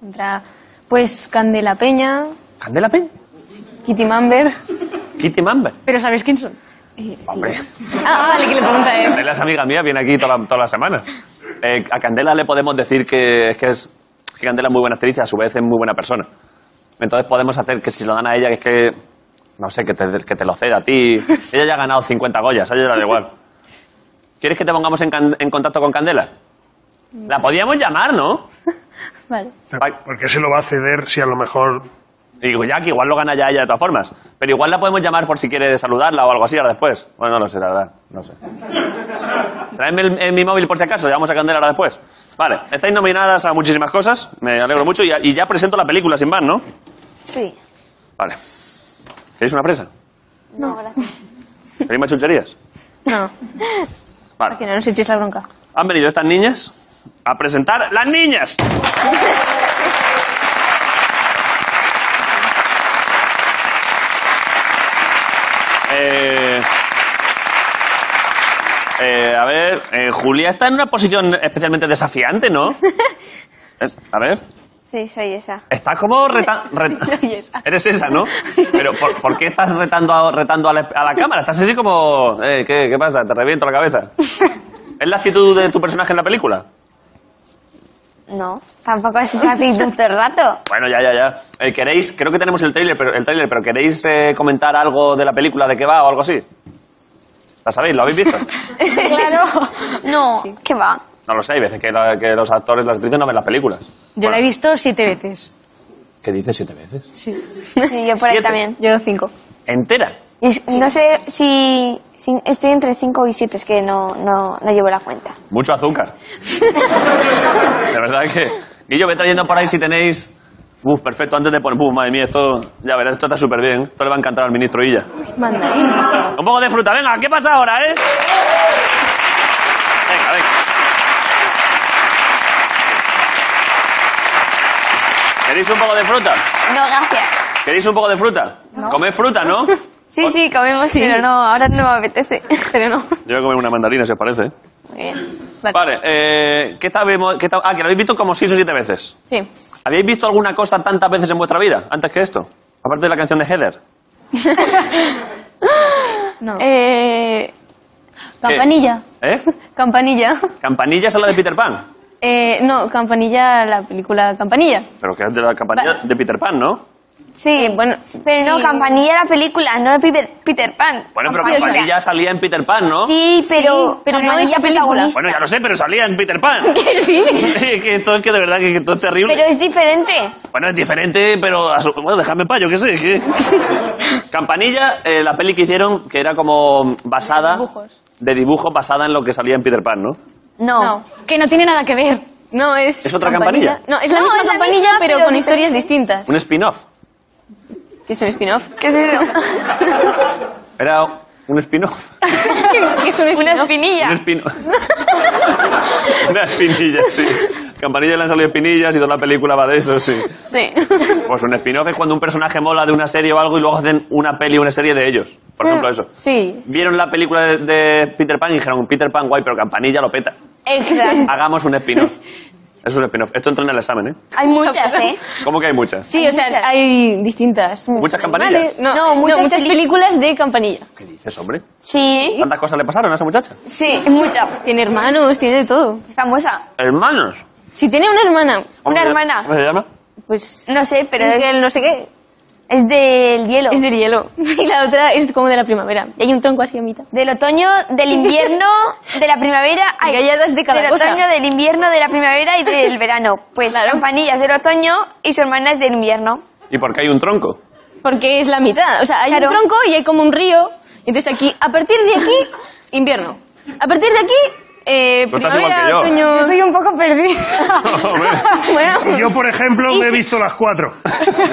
[SPEAKER 9] Contra, pues, Candela Peña,
[SPEAKER 1] ¿Candela Peña?
[SPEAKER 9] Kitty Mamber...
[SPEAKER 1] ¿Kitty Mamber?
[SPEAKER 3] Pero ¿sabéis quién son?
[SPEAKER 1] Hombre,
[SPEAKER 9] Ah, vale, que le pregunta a él.
[SPEAKER 1] Candela es amiga mía, viene aquí toda la- todas las semanas. Eh, a Candela le podemos decir que es que es que Candela es muy buena actriz y a su vez es muy buena persona. Entonces podemos hacer que si lo dan a ella, que es que, no sé, que te, que te lo ceda a ti. Ella ya ha ganado 50 Goyas, a ella le da igual. ¿Quieres que te pongamos en, can- en contacto con Candela? La podíamos llamar, ¿no?
[SPEAKER 9] Vale.
[SPEAKER 1] Pa-
[SPEAKER 5] ¿Por qué se lo va a ceder si a lo mejor...
[SPEAKER 1] Y digo, ya que igual lo gana ya ella de todas formas. Pero igual la podemos llamar por si quiere saludarla o algo así ahora después. Bueno, no lo sé, la verdad. No sé. Traedme el- eh, mi móvil por si acaso, llamamos a Candela ahora después. Vale, estáis nominadas a muchísimas cosas, me alegro mucho. Y, y ya presento la película sin más, ¿no?
[SPEAKER 7] Sí.
[SPEAKER 1] Vale. ¿Queréis una presa?
[SPEAKER 7] No, gracias.
[SPEAKER 1] ¿Queréis más chucherías?
[SPEAKER 9] No,
[SPEAKER 1] Vale.
[SPEAKER 9] para que no nos echéis la bronca.
[SPEAKER 1] Han venido estas niñas a presentar las niñas. Eh, eh, a ver, eh, Julia está en una posición especialmente desafiante, ¿no? Es- a ver,
[SPEAKER 7] Sí, soy esa.
[SPEAKER 1] está como retando...
[SPEAKER 7] Soy esa.
[SPEAKER 1] Eres esa, ¿no? Pero ¿por, por qué estás retando, a, retando a, la, a la cámara? Estás así como... eh, ¿qué, ¿Qué pasa? ¿Te reviento la cabeza? ¿Es la actitud de tu personaje en la película?
[SPEAKER 7] No. Tampoco es esa actitud todo el rato.
[SPEAKER 1] Bueno, ya, ya, ya. Eh, ¿Queréis? Creo que tenemos el tráiler, pero, el tráiler, pero ¿queréis eh, comentar algo de la película, de qué va o algo así? ¿La sabéis? ¿Lo habéis visto?
[SPEAKER 7] Claro. No. ¿Qué va?
[SPEAKER 1] No lo sé, hay veces que, la- que los actores, las actrices no ven las películas.
[SPEAKER 3] Yo la he visto siete veces.
[SPEAKER 1] ¿Qué dices siete veces?
[SPEAKER 7] Sí, yo por
[SPEAKER 1] Siete.
[SPEAKER 7] ahí también.
[SPEAKER 9] Yo cinco.
[SPEAKER 1] ¿Entera?
[SPEAKER 7] Y es- No sé si, si- Estoy entre 5 y 7, es que no, no, no llevo la cuenta.
[SPEAKER 1] Mucho azúcar. De verdad que... Guillo, ve trayendo por ahí si tenéis... Uf, perfecto, antes de poner... Uf, madre mía, esto... Ya verás, esto está súper bien. Esto le va a encantar al ministro Illa. Un poco de fruta, venga, ¿qué pasa ahora, eh? Venga, venga. ¿Queréis un poco de fruta?
[SPEAKER 7] No, gracias.
[SPEAKER 1] ¿Queréis un poco de fruta? Comed fruta, ¿no?
[SPEAKER 7] Sí, sí, comemos,
[SPEAKER 9] Sí.
[SPEAKER 7] pero no, ahora no me apetece.
[SPEAKER 9] Pero no.
[SPEAKER 1] Yo voy a comer una mandarina, si os parece.
[SPEAKER 7] Muy bien.
[SPEAKER 1] Vale, eh, ¿qué tal vemos- qué tal- Ah, que lo habéis visto como seis o siete veces.
[SPEAKER 9] Sí.
[SPEAKER 1] ¿Habéis visto alguna cosa tantas veces en vuestra vida antes que esto? Aparte de la canción de Heather.
[SPEAKER 9] No.
[SPEAKER 7] Eh,
[SPEAKER 9] campanilla.
[SPEAKER 1] ¿Eh?
[SPEAKER 9] Campanilla.
[SPEAKER 1] ¿Campanilla es la de Peter Pan?
[SPEAKER 9] Eh, no, Campanilla, la película Campanilla.
[SPEAKER 1] Pero que es de la campanilla
[SPEAKER 9] Va-
[SPEAKER 1] de Peter Pan, ¿no?
[SPEAKER 7] sí,
[SPEAKER 9] Eh, bueno,
[SPEAKER 7] Pero no,
[SPEAKER 9] sí.
[SPEAKER 7] Campanilla la película, no Peter, Peter Pan.
[SPEAKER 1] Bueno, pero
[SPEAKER 9] Sí, o sea-
[SPEAKER 1] Campanilla salía en Peter Pan, ¿no?
[SPEAKER 7] Sí, pero,
[SPEAKER 9] Sí, pero no
[SPEAKER 7] Campanilla
[SPEAKER 9] es película.
[SPEAKER 7] protagonista.
[SPEAKER 1] Bueno, ya lo sé, pero salía en Peter Pan.
[SPEAKER 7] Que sí.
[SPEAKER 1] Es que esto es que de verdad que, que esto es terrible.
[SPEAKER 7] Pero es diferente.
[SPEAKER 1] Bueno, es diferente, pero a su- bueno, déjame en paz, yo qué sé. ¿qué? Campanilla, eh, la peli que hicieron que era como basada
[SPEAKER 9] De dibujos.
[SPEAKER 1] de dibujos basada en lo que salía en Peter Pan, ¿no?
[SPEAKER 7] No.
[SPEAKER 9] No.
[SPEAKER 3] Que no tiene nada que ver.
[SPEAKER 9] No, es.
[SPEAKER 1] ¿Es otra campanilla?
[SPEAKER 9] No, es la
[SPEAKER 7] No,
[SPEAKER 9] misma
[SPEAKER 7] es la
[SPEAKER 9] campanilla,
[SPEAKER 7] misma,
[SPEAKER 9] pero,
[SPEAKER 7] pero
[SPEAKER 9] con
[SPEAKER 7] diferente.
[SPEAKER 9] historias distintas.
[SPEAKER 1] Un spin-off.
[SPEAKER 9] Que es un spin-off.
[SPEAKER 7] ¿Qué es eso?
[SPEAKER 1] Era Un spin-off.
[SPEAKER 9] ¿Qué es un
[SPEAKER 7] Una
[SPEAKER 9] espino?
[SPEAKER 1] Un
[SPEAKER 7] espinilla.
[SPEAKER 1] espino. Una espinilla, sí. Campanilla le han salido espinillas y toda la película va de eso, sí.
[SPEAKER 7] Sí.
[SPEAKER 1] Pues un spin-off es cuando un personaje mola de una serie o algo y luego hacen una peli o una serie de ellos. Por ejemplo,
[SPEAKER 5] Pues
[SPEAKER 1] eso.
[SPEAKER 9] Sí,
[SPEAKER 1] Vieron la película de, de Peter Pan y dijeron, Peter Pan guay, pero Campanilla lo peta.
[SPEAKER 9] exacto.
[SPEAKER 1] Hagamos un spin-off. Es un spin-off. Esto entra en el examen, ¿eh?
[SPEAKER 7] Hay muchas, ¿eh?
[SPEAKER 1] ¿Cómo que hay muchas?
[SPEAKER 9] Sí, o sea,
[SPEAKER 7] muchas.
[SPEAKER 9] hay distintas.
[SPEAKER 1] ¿Muchas campanillas?
[SPEAKER 9] No, no, muchas, películas de campanilla.
[SPEAKER 1] ¿Qué dices, hombre?
[SPEAKER 7] Sí.
[SPEAKER 1] ¿Tantas cosas le pasaron a esa muchacha?
[SPEAKER 7] Sí, muchas.
[SPEAKER 9] Tiene hermanos, tiene de todo.
[SPEAKER 7] Es famosa.
[SPEAKER 1] Hermanos.
[SPEAKER 9] Si tiene una hermana,
[SPEAKER 1] ¿Cómo
[SPEAKER 7] Una
[SPEAKER 1] se-
[SPEAKER 7] hermana.
[SPEAKER 1] ¿Cómo se llama?
[SPEAKER 9] pues
[SPEAKER 7] No sé, pero
[SPEAKER 9] que
[SPEAKER 7] es,
[SPEAKER 9] no sé qué,
[SPEAKER 7] es del hielo.
[SPEAKER 9] es del hielo. Y la otra es como de la primavera. Y hay un tronco así a mitad.
[SPEAKER 7] Del otoño, del invierno, de la primavera.
[SPEAKER 9] Y galladas de cada
[SPEAKER 7] Del
[SPEAKER 9] cosa.
[SPEAKER 7] otoño, del invierno, de la primavera y del verano. Pues
[SPEAKER 9] Claro.
[SPEAKER 7] Campanilla es del otoño y su hermana es del invierno.
[SPEAKER 1] ¿Y por qué hay un tronco?
[SPEAKER 9] Porque es la mitad. O sea, hay
[SPEAKER 7] Claro.
[SPEAKER 9] un tronco y hay como un río. Entonces aquí, a partir de aquí, invierno. A partir de aquí, eh,
[SPEAKER 1] Tú estás igual que
[SPEAKER 9] primavera,
[SPEAKER 1] yo.
[SPEAKER 9] otoño...
[SPEAKER 3] Yo estoy un poco perdida.
[SPEAKER 1] Hombre,
[SPEAKER 9] Bueno,
[SPEAKER 5] Yo, por ejemplo, me he visto las cuatro.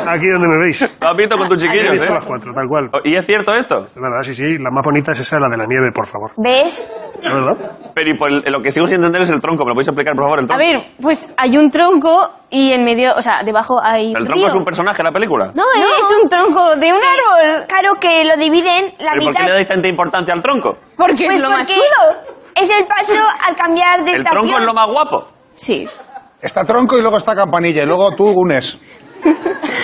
[SPEAKER 5] Aquí donde me veis.
[SPEAKER 1] lo has visto con tus
[SPEAKER 5] Me he
[SPEAKER 1] chiquillos,
[SPEAKER 5] visto
[SPEAKER 1] ¿eh?
[SPEAKER 5] las cuatro, tal cual.
[SPEAKER 1] ¿Y es cierto esto?
[SPEAKER 5] De verdad, sí, sí. La más bonita es esa, la de la nieve, por favor.
[SPEAKER 7] ¿Ves?
[SPEAKER 5] ¿De verdad?
[SPEAKER 1] Pero y por el- lo que sigo sin entender es el tronco. ¿Me lo podéis explicar, por favor, el
[SPEAKER 9] a
[SPEAKER 1] tronco?
[SPEAKER 9] ver, pues hay un tronco y en medio, o sea, debajo hay
[SPEAKER 1] ¿El
[SPEAKER 9] un
[SPEAKER 1] tronco
[SPEAKER 9] río.
[SPEAKER 1] es un personaje de la película?
[SPEAKER 9] No, es un tronco de un árbol.
[SPEAKER 7] Claro que lo dividen
[SPEAKER 1] ¿Pero
[SPEAKER 7] la
[SPEAKER 1] ¿Y
[SPEAKER 7] mitad.
[SPEAKER 1] por qué le dais tanta importancia al tronco?
[SPEAKER 9] Porque
[SPEAKER 7] Pues
[SPEAKER 9] es lo más
[SPEAKER 7] porque
[SPEAKER 9] chulo.
[SPEAKER 7] Es el paso al cambiar de
[SPEAKER 1] El
[SPEAKER 7] estación.
[SPEAKER 1] tronco es lo más guapo.
[SPEAKER 9] Sí.
[SPEAKER 4] Está tronco y luego está campanilla y luego tú unes.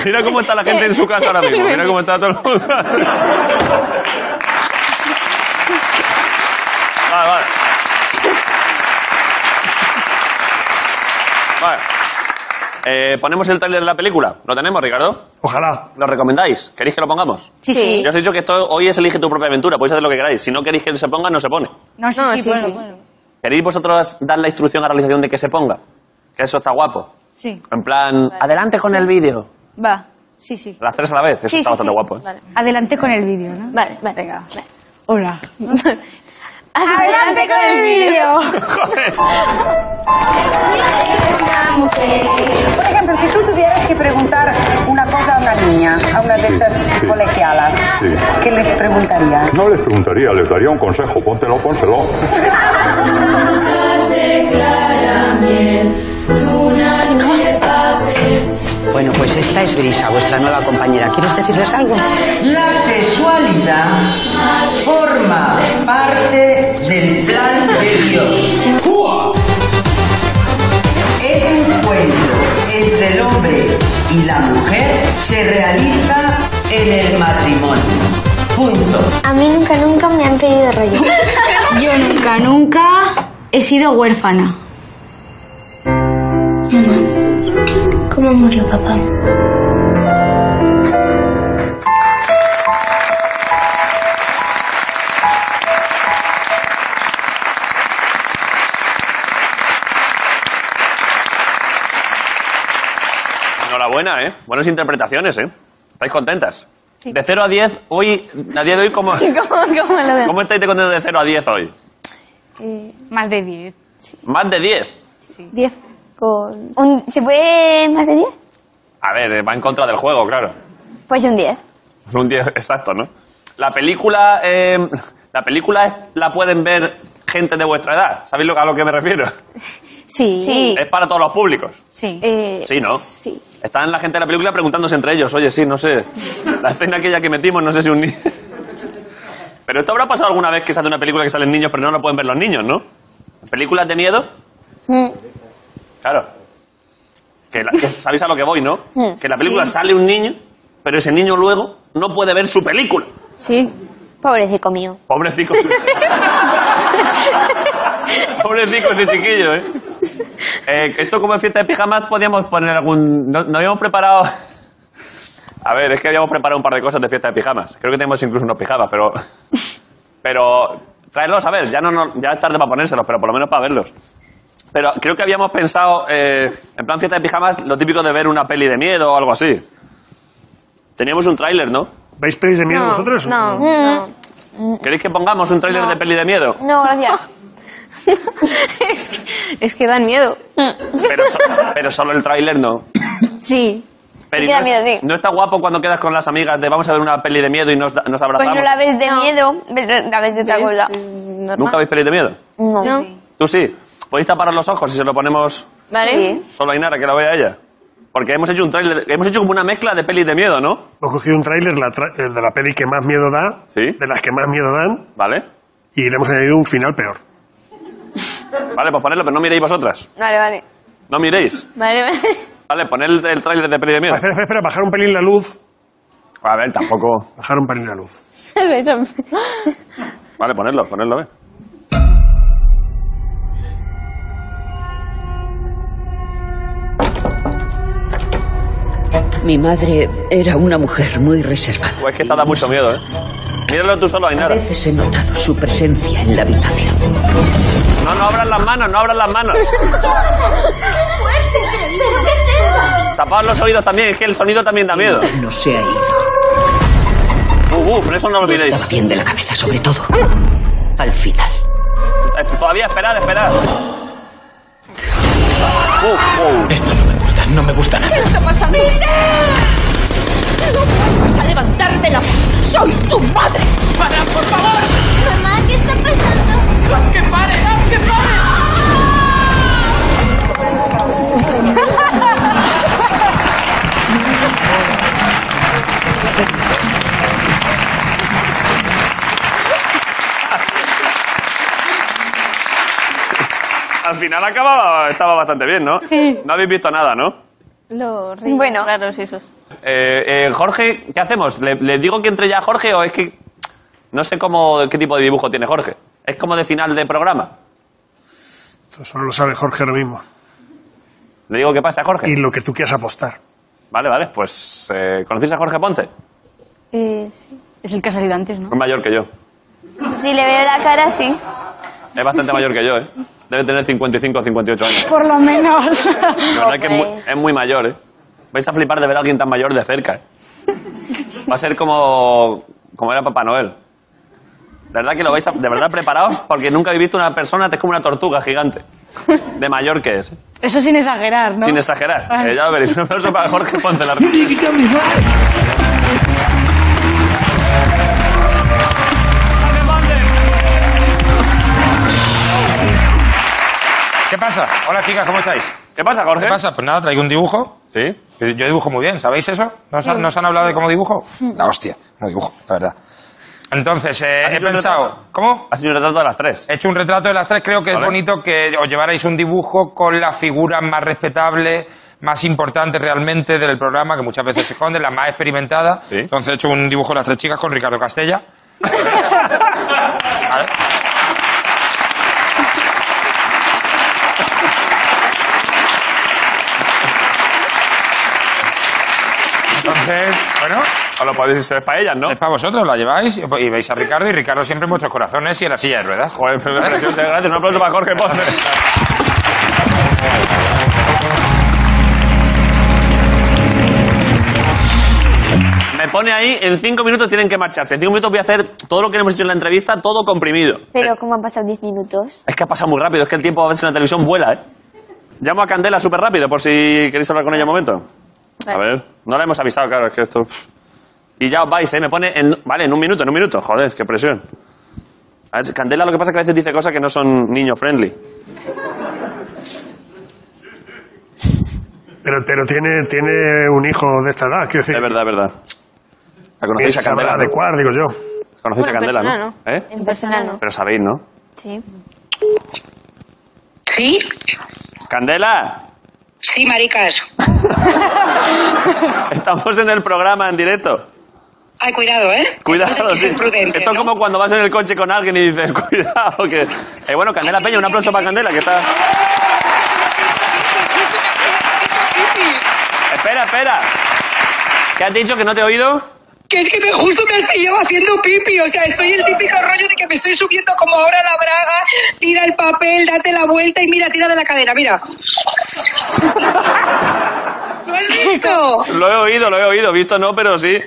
[SPEAKER 1] Mira cómo está la gente en su casa ahora mismo. Mira cómo está todo el mundo. Vale, vale. Vale. Eh, ponemos el tráiler de la película. ¿Lo tenemos, Ricardo?
[SPEAKER 5] Ojalá.
[SPEAKER 1] ¿Lo recomendáis? ¿Queréis que lo pongamos?
[SPEAKER 9] Sí,
[SPEAKER 1] Yo os he dicho que esto hoy es elige tu propia aventura. Podéis hacer lo que queráis. Si no queréis que se ponga, no se pone.
[SPEAKER 3] No, sí,
[SPEAKER 9] No,
[SPEAKER 3] sí,
[SPEAKER 9] sí,
[SPEAKER 3] bueno,
[SPEAKER 9] sí.
[SPEAKER 3] bueno.
[SPEAKER 1] ¿Queréis vosotros dar la instrucción a la realización de que se ponga? Que eso está guapo.
[SPEAKER 3] Sí,
[SPEAKER 1] En plan, adelante con el vídeo.
[SPEAKER 3] va. Sí, sí.
[SPEAKER 1] Las tres a la vez. Eso
[SPEAKER 7] Sí,
[SPEAKER 1] está
[SPEAKER 7] sí,
[SPEAKER 1] bastante
[SPEAKER 7] sí.
[SPEAKER 1] guapo. ¿eh?
[SPEAKER 3] Adelante con el vídeo, ¿no?
[SPEAKER 9] Vale, vale.
[SPEAKER 3] Venga. Hola.
[SPEAKER 7] Adelante con el vídeo.
[SPEAKER 1] Joder.
[SPEAKER 10] Por ejemplo, si tú tuvieras que preguntar una cosa a una niña, a una de estas
[SPEAKER 11] sí.
[SPEAKER 10] colegialas,
[SPEAKER 11] Sí.
[SPEAKER 10] ¿qué les preguntarías?
[SPEAKER 11] No les preguntaría, les daría un consejo, póntelo, pónselo.
[SPEAKER 10] Bueno, pues esta es Brisa, vuestra nueva compañera. ¿Quieres decirles algo? La sexualidad forma parte del plan de Dios. El encuentro entre el hombre y la mujer se realiza en el matrimonio. Punto.
[SPEAKER 7] A mí nunca, nunca me han pedido rollo.
[SPEAKER 3] Yo nunca, nunca he sido huérfana.
[SPEAKER 7] ¿Cómo murió papá?
[SPEAKER 1] Enhorabuena, ¿eh? Buenas interpretaciones, ¿eh? ¿Estáis contentas? De 0 a 10, hoy, a día de hoy, ¿cómo,
[SPEAKER 9] ¿Cómo, cómo lo de-
[SPEAKER 1] ¿cómo estáis de contentos de 0 a 10 hoy?
[SPEAKER 3] Más de 10.
[SPEAKER 1] Más de 10.
[SPEAKER 9] Diez con...
[SPEAKER 7] Un- ¿Se puede más de 10?
[SPEAKER 1] A ver, eh, va en contra del juego, claro.
[SPEAKER 7] Pues un 10.
[SPEAKER 1] Un 10 exacto, ¿no? La película, eh, la película es- la pueden ver gente de vuestra edad. ¿Sabéis lo, a lo que me refiero?
[SPEAKER 9] Sí.
[SPEAKER 7] Sí.
[SPEAKER 1] Es para todos los públicos.
[SPEAKER 3] Sí.
[SPEAKER 9] Eh,
[SPEAKER 1] Sí, ¿no?
[SPEAKER 9] Sí.
[SPEAKER 1] Están la gente de la película preguntándose entre ellos, oye, sí, no sé, la escena aquella que metimos, no sé si un niño... Pero esto habrá pasado alguna vez que se hace una película que salen niños, pero no lo pueden ver los niños, ¿no? ¿Películas de miedo?
[SPEAKER 9] Mm.
[SPEAKER 1] Claro. Que la- que sabéis a lo que voy, ¿no? Que en la película sale un niño, pero ese niño luego no puede ver su película.
[SPEAKER 9] Sí.
[SPEAKER 7] Pobrecito mío.
[SPEAKER 1] Pobrecito. Pobrecito ese chiquillo, ¿eh? Eh, Esto como en fiesta de pijamas podíamos poner algún... No, no habíamos preparado... A ver, es que habíamos preparado un par de cosas de fiesta de pijamas. Creo que tenemos incluso unos pijamas, pero... Pero... Traerlos, a ver, ya, no, no- ya es tarde para ponérselos, pero por lo menos para verlos. Pero creo que habíamos pensado, eh, en plan fiesta de pijamas, lo típico de ver una peli de miedo o algo así. Teníamos un tráiler, ¿no?
[SPEAKER 5] ¿Veis pelis de miedo vosotros?
[SPEAKER 9] No, no.
[SPEAKER 1] ¿Queréis que pongamos un tráiler de peli de miedo?
[SPEAKER 7] Mm, No, gracias.
[SPEAKER 9] es, que, es que dan miedo.
[SPEAKER 7] Mm.
[SPEAKER 1] Pero, so- pero solo el tráiler no.
[SPEAKER 9] Sí.
[SPEAKER 1] Pero
[SPEAKER 7] Me
[SPEAKER 1] ¿y
[SPEAKER 7] queda
[SPEAKER 1] no,
[SPEAKER 7] miedo, sí.
[SPEAKER 1] ¿No está guapo cuando quedas con las amigas de vamos a ver una peli de miedo y nos, da- nos
[SPEAKER 7] Pues
[SPEAKER 1] abrazamos?
[SPEAKER 7] no la ves de miedo, ves- la ves de otra cosa.
[SPEAKER 1] ¿Nunca veis peli de miedo?
[SPEAKER 7] No.
[SPEAKER 1] ¿Tú sí? ¿Podéis taparos los ojos si se lo ponemos
[SPEAKER 9] ¿Vale?
[SPEAKER 1] solo a Inara, que la vea ella? Porque hemos hecho un tráiler, hemos hecho como una mezcla de pelis de miedo, ¿no?
[SPEAKER 5] Hemos cogido un tráiler la tra- el de la peli que más miedo da,
[SPEAKER 1] Sí.
[SPEAKER 5] de las que más miedo dan,
[SPEAKER 1] Vale.
[SPEAKER 5] y le hemos añadido un final peor.
[SPEAKER 1] Vale, pues ponedlo, pero no miréis vosotras.
[SPEAKER 7] Vale, vale.
[SPEAKER 1] No miréis.
[SPEAKER 9] Vale, vale.
[SPEAKER 1] Vale, poned el, el tráiler de peli de miedo.
[SPEAKER 5] Ah, espera, espera, espera, bajar un pelín la luz.
[SPEAKER 1] A ver, tampoco...
[SPEAKER 5] Bajar un pelín la luz.
[SPEAKER 1] Vale, ponedlo, ponedlo, a ver.
[SPEAKER 10] Mi madre era una mujer muy reservada.
[SPEAKER 1] Pues es que esta da mucho miedo, ¿eh? Míralo tú solo,
[SPEAKER 10] A
[SPEAKER 1] Ainara.
[SPEAKER 10] veces he notado su presencia en la habitación.
[SPEAKER 1] No, no abras las manos, no abras las manos. Tapad los oídos también, es que el sonido también da miedo.
[SPEAKER 10] No se ha ido.
[SPEAKER 1] Uf, uf, eso no lo olvidéis.
[SPEAKER 10] Estaba bien de la cabeza, sobre todo. Al final.
[SPEAKER 1] Eh, Todavía esperad, esperad. Uf, uf.
[SPEAKER 12] Esto no me gusta, no me gusta nada.
[SPEAKER 13] ¿Qué pasa a mí? ¡No vuelvas a levantarme la voz! ¡Soy tu madre! ¡Para, por favor! Mamá, ¿qué está pasando? ¡Haz que pare! ¡Haz que
[SPEAKER 1] Al final acababa, estaba bastante bien, ¿no? No habéis visto nada, ¿no?
[SPEAKER 9] Los ríos bueno. raros esos.
[SPEAKER 1] Eh, eh, Jorge, ¿qué hacemos? ¿Le, le digo que entre ya Jorge o es que... No sé cómo, qué tipo de dibujo tiene Jorge. Es como de final de programa.
[SPEAKER 5] Esto solo lo sabe Jorge ahora mismo.
[SPEAKER 1] Le digo qué pasa, Jorge.
[SPEAKER 5] Y lo que tú quieras apostar.
[SPEAKER 1] Vale, vale, pues... Eh, ¿Conocéis a Jorge Ponce?
[SPEAKER 9] Es el que ha salido antes, ¿no?
[SPEAKER 1] Es mayor que yo.
[SPEAKER 7] Si le veo la cara, sí.
[SPEAKER 1] Es bastante mayor que yo, ¿eh? Debe tener 55 o 58 años.
[SPEAKER 3] Por lo menos.
[SPEAKER 1] La verdad que es muy, es muy mayor, ¿eh? Vais a flipar de ver a alguien tan mayor de cerca, ¿eh? Va a ser como, como era Papá Noel. De verdad que lo vais a... De verdad, preparaos, porque nunca habéis visto una persona... Es como una tortuga gigante. De mayor que es, ¿eh?
[SPEAKER 14] Eso sin exagerar, ¿no?
[SPEAKER 1] Sin exagerar.
[SPEAKER 14] Vale.
[SPEAKER 1] Eh, ya lo veréis. Un aplauso para Jorge Ponce. la-
[SPEAKER 6] ¿Qué pasa? Hola chicas, ¿cómo estáis?
[SPEAKER 1] ¿Qué pasa, Jorge?
[SPEAKER 6] ¿Qué pasa? Pues nada, traigo un dibujo.
[SPEAKER 1] ¿Sí?
[SPEAKER 6] Yo dibujo muy bien, ¿sabéis eso? ¿Nos,
[SPEAKER 14] Sí.
[SPEAKER 6] han, nos han hablado de cómo dibujo? La hostia, no dibujo, la verdad. Entonces, eh, he pensado... ¿Cómo?
[SPEAKER 1] Ha sido un retrato de las tres.
[SPEAKER 6] He hecho un retrato de las tres. Creo que
[SPEAKER 1] Vale.
[SPEAKER 6] es bonito que os llevarais un dibujo con la figura más respetable, más importante realmente del programa, que muchas veces se esconde, la más experimentada. Entonces he hecho un dibujo de las tres chicas con Ricardo Castella. Vale. Entonces, bueno.
[SPEAKER 1] Os lo podéis hacer para ellas, ¿no?
[SPEAKER 6] Es para vosotros, la lleváis y y veis a Ricardo, y Ricardo siempre en vuestros corazones y en la silla de ruedas.
[SPEAKER 1] Joder, pues, me parece que sea gratis. Un aplauso para Jorge Ponce. Me pone ahí, en cinco minutos tienen que marcharse. En cinco minutos voy a hacer todo lo que hemos hecho en la entrevista, todo comprimido.
[SPEAKER 7] Pero ¿cómo han pasado 10 minutos?
[SPEAKER 1] Es que ha pasado muy rápido, es que el tiempo a veces en la televisión vuela, ¿eh? Llamo a Candela súper rápido, por si queréis hablar con ella un momento. A ver, no la hemos avisado, claro, es que esto... Y ya os vais, ¿eh? Me pone... en- Vale, en un minuto, en un minuto. Joder, qué presión. A ver, Candela lo que pasa es que a veces dice cosas que no son niño-friendly.
[SPEAKER 5] Pero, pero tiene, tiene un hijo de esta edad, quiero decir.
[SPEAKER 1] Es verdad, es verdad. La
[SPEAKER 5] que
[SPEAKER 1] conocéis
[SPEAKER 5] se
[SPEAKER 1] a
[SPEAKER 5] sabrá
[SPEAKER 1] Candela, ¿no?
[SPEAKER 5] adecuar, digo yo.
[SPEAKER 1] Conocéis
[SPEAKER 9] Bueno,
[SPEAKER 1] a Candela,
[SPEAKER 9] persona,
[SPEAKER 1] ¿no? ¿Eh?
[SPEAKER 7] En persona no.
[SPEAKER 1] Pero sabéis, ¿no?
[SPEAKER 7] Sí.
[SPEAKER 13] ¿Sí?
[SPEAKER 1] ¡Candela!
[SPEAKER 13] Sí, maricas.
[SPEAKER 1] Estamos en el programa en directo.
[SPEAKER 13] Ay, cuidado, ¿eh?
[SPEAKER 1] Cuidado, sí.
[SPEAKER 13] prudente,
[SPEAKER 1] Esto es como cuando vas en el coche con alguien y dices, cuidado, que... Eh, bueno, Candela Peña, un aplauso para Candela, que está... Espera, espera. ¿Qué has dicho que no te he oído?
[SPEAKER 13] Que es que me justo me has pillado haciendo pipi, o sea, estoy el típico rollo de que me estoy subiendo como ahora la braga, tira el papel, date la vuelta y mira, tira de la cadera, mira. ¿Lo has visto?
[SPEAKER 1] Lo he oído, lo he oído. Visto no, pero sí.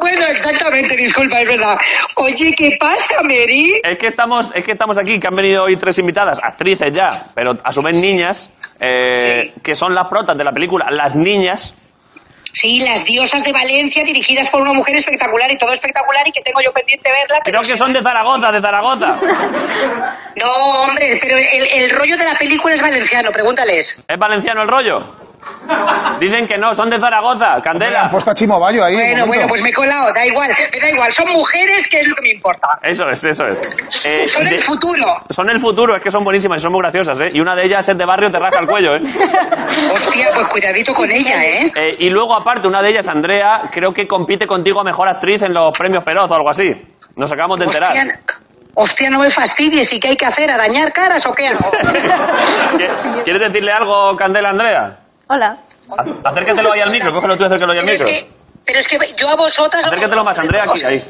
[SPEAKER 13] Bueno, exactamente, disculpa, es verdad. Oye, ¿qué pasa, Mary?
[SPEAKER 1] Es que estamos, es que estamos aquí, que han venido hoy tres invitadas, actrices ya, pero a su vez niñas, eh, que son las protas de la película Las Niñas,
[SPEAKER 13] Sí, las diosas de Valencia dirigidas por una mujer espectacular y todo espectacular y que tengo yo pendiente verla.
[SPEAKER 1] Creo que son de Zaragoza, de Zaragoza.
[SPEAKER 13] No, hombre, pero el, el rollo de la película es valenciano, pregúntales.
[SPEAKER 1] ¿Es valenciano el rollo? Dicen que no, son de Zaragoza, Candela.
[SPEAKER 4] Puesto a Chimo Bayo ahí.
[SPEAKER 13] Bueno, bueno, pues me he colado, da igual, me da igual. Son mujeres, que es lo que me importa.
[SPEAKER 1] Eso es, eso es. Eh,
[SPEAKER 13] Son
[SPEAKER 1] de-
[SPEAKER 13] el futuro.
[SPEAKER 1] Son el futuro, es que son buenísimas y son muy graciosas, ¿eh? Y una de ellas es de barrio, te raja el cuello, ¿eh?
[SPEAKER 13] Hostia, pues cuidadito con ella, ¿eh?
[SPEAKER 1] Eh, Y luego, aparte, una de ellas, Andrea, creo que compite contigo a mejor actriz en los premios Feroz o algo así. Nos acabamos de enterar.
[SPEAKER 13] Hostia, n- hostia, no me fastidies. ¿Y qué hay que hacer? ¿Arañar caras o qué hago?
[SPEAKER 1] ¿Qui- ¿Quieres decirle algo, Candela, Andrea?
[SPEAKER 13] Hola.
[SPEAKER 1] A- Acércatelo ahí al micro, cógelo tú y acércatelo ahí al
[SPEAKER 13] Pero es
[SPEAKER 1] micro.
[SPEAKER 13] que, pero es que yo a vosotras...
[SPEAKER 1] Acércatelo más, Andrea, aquí, ahí.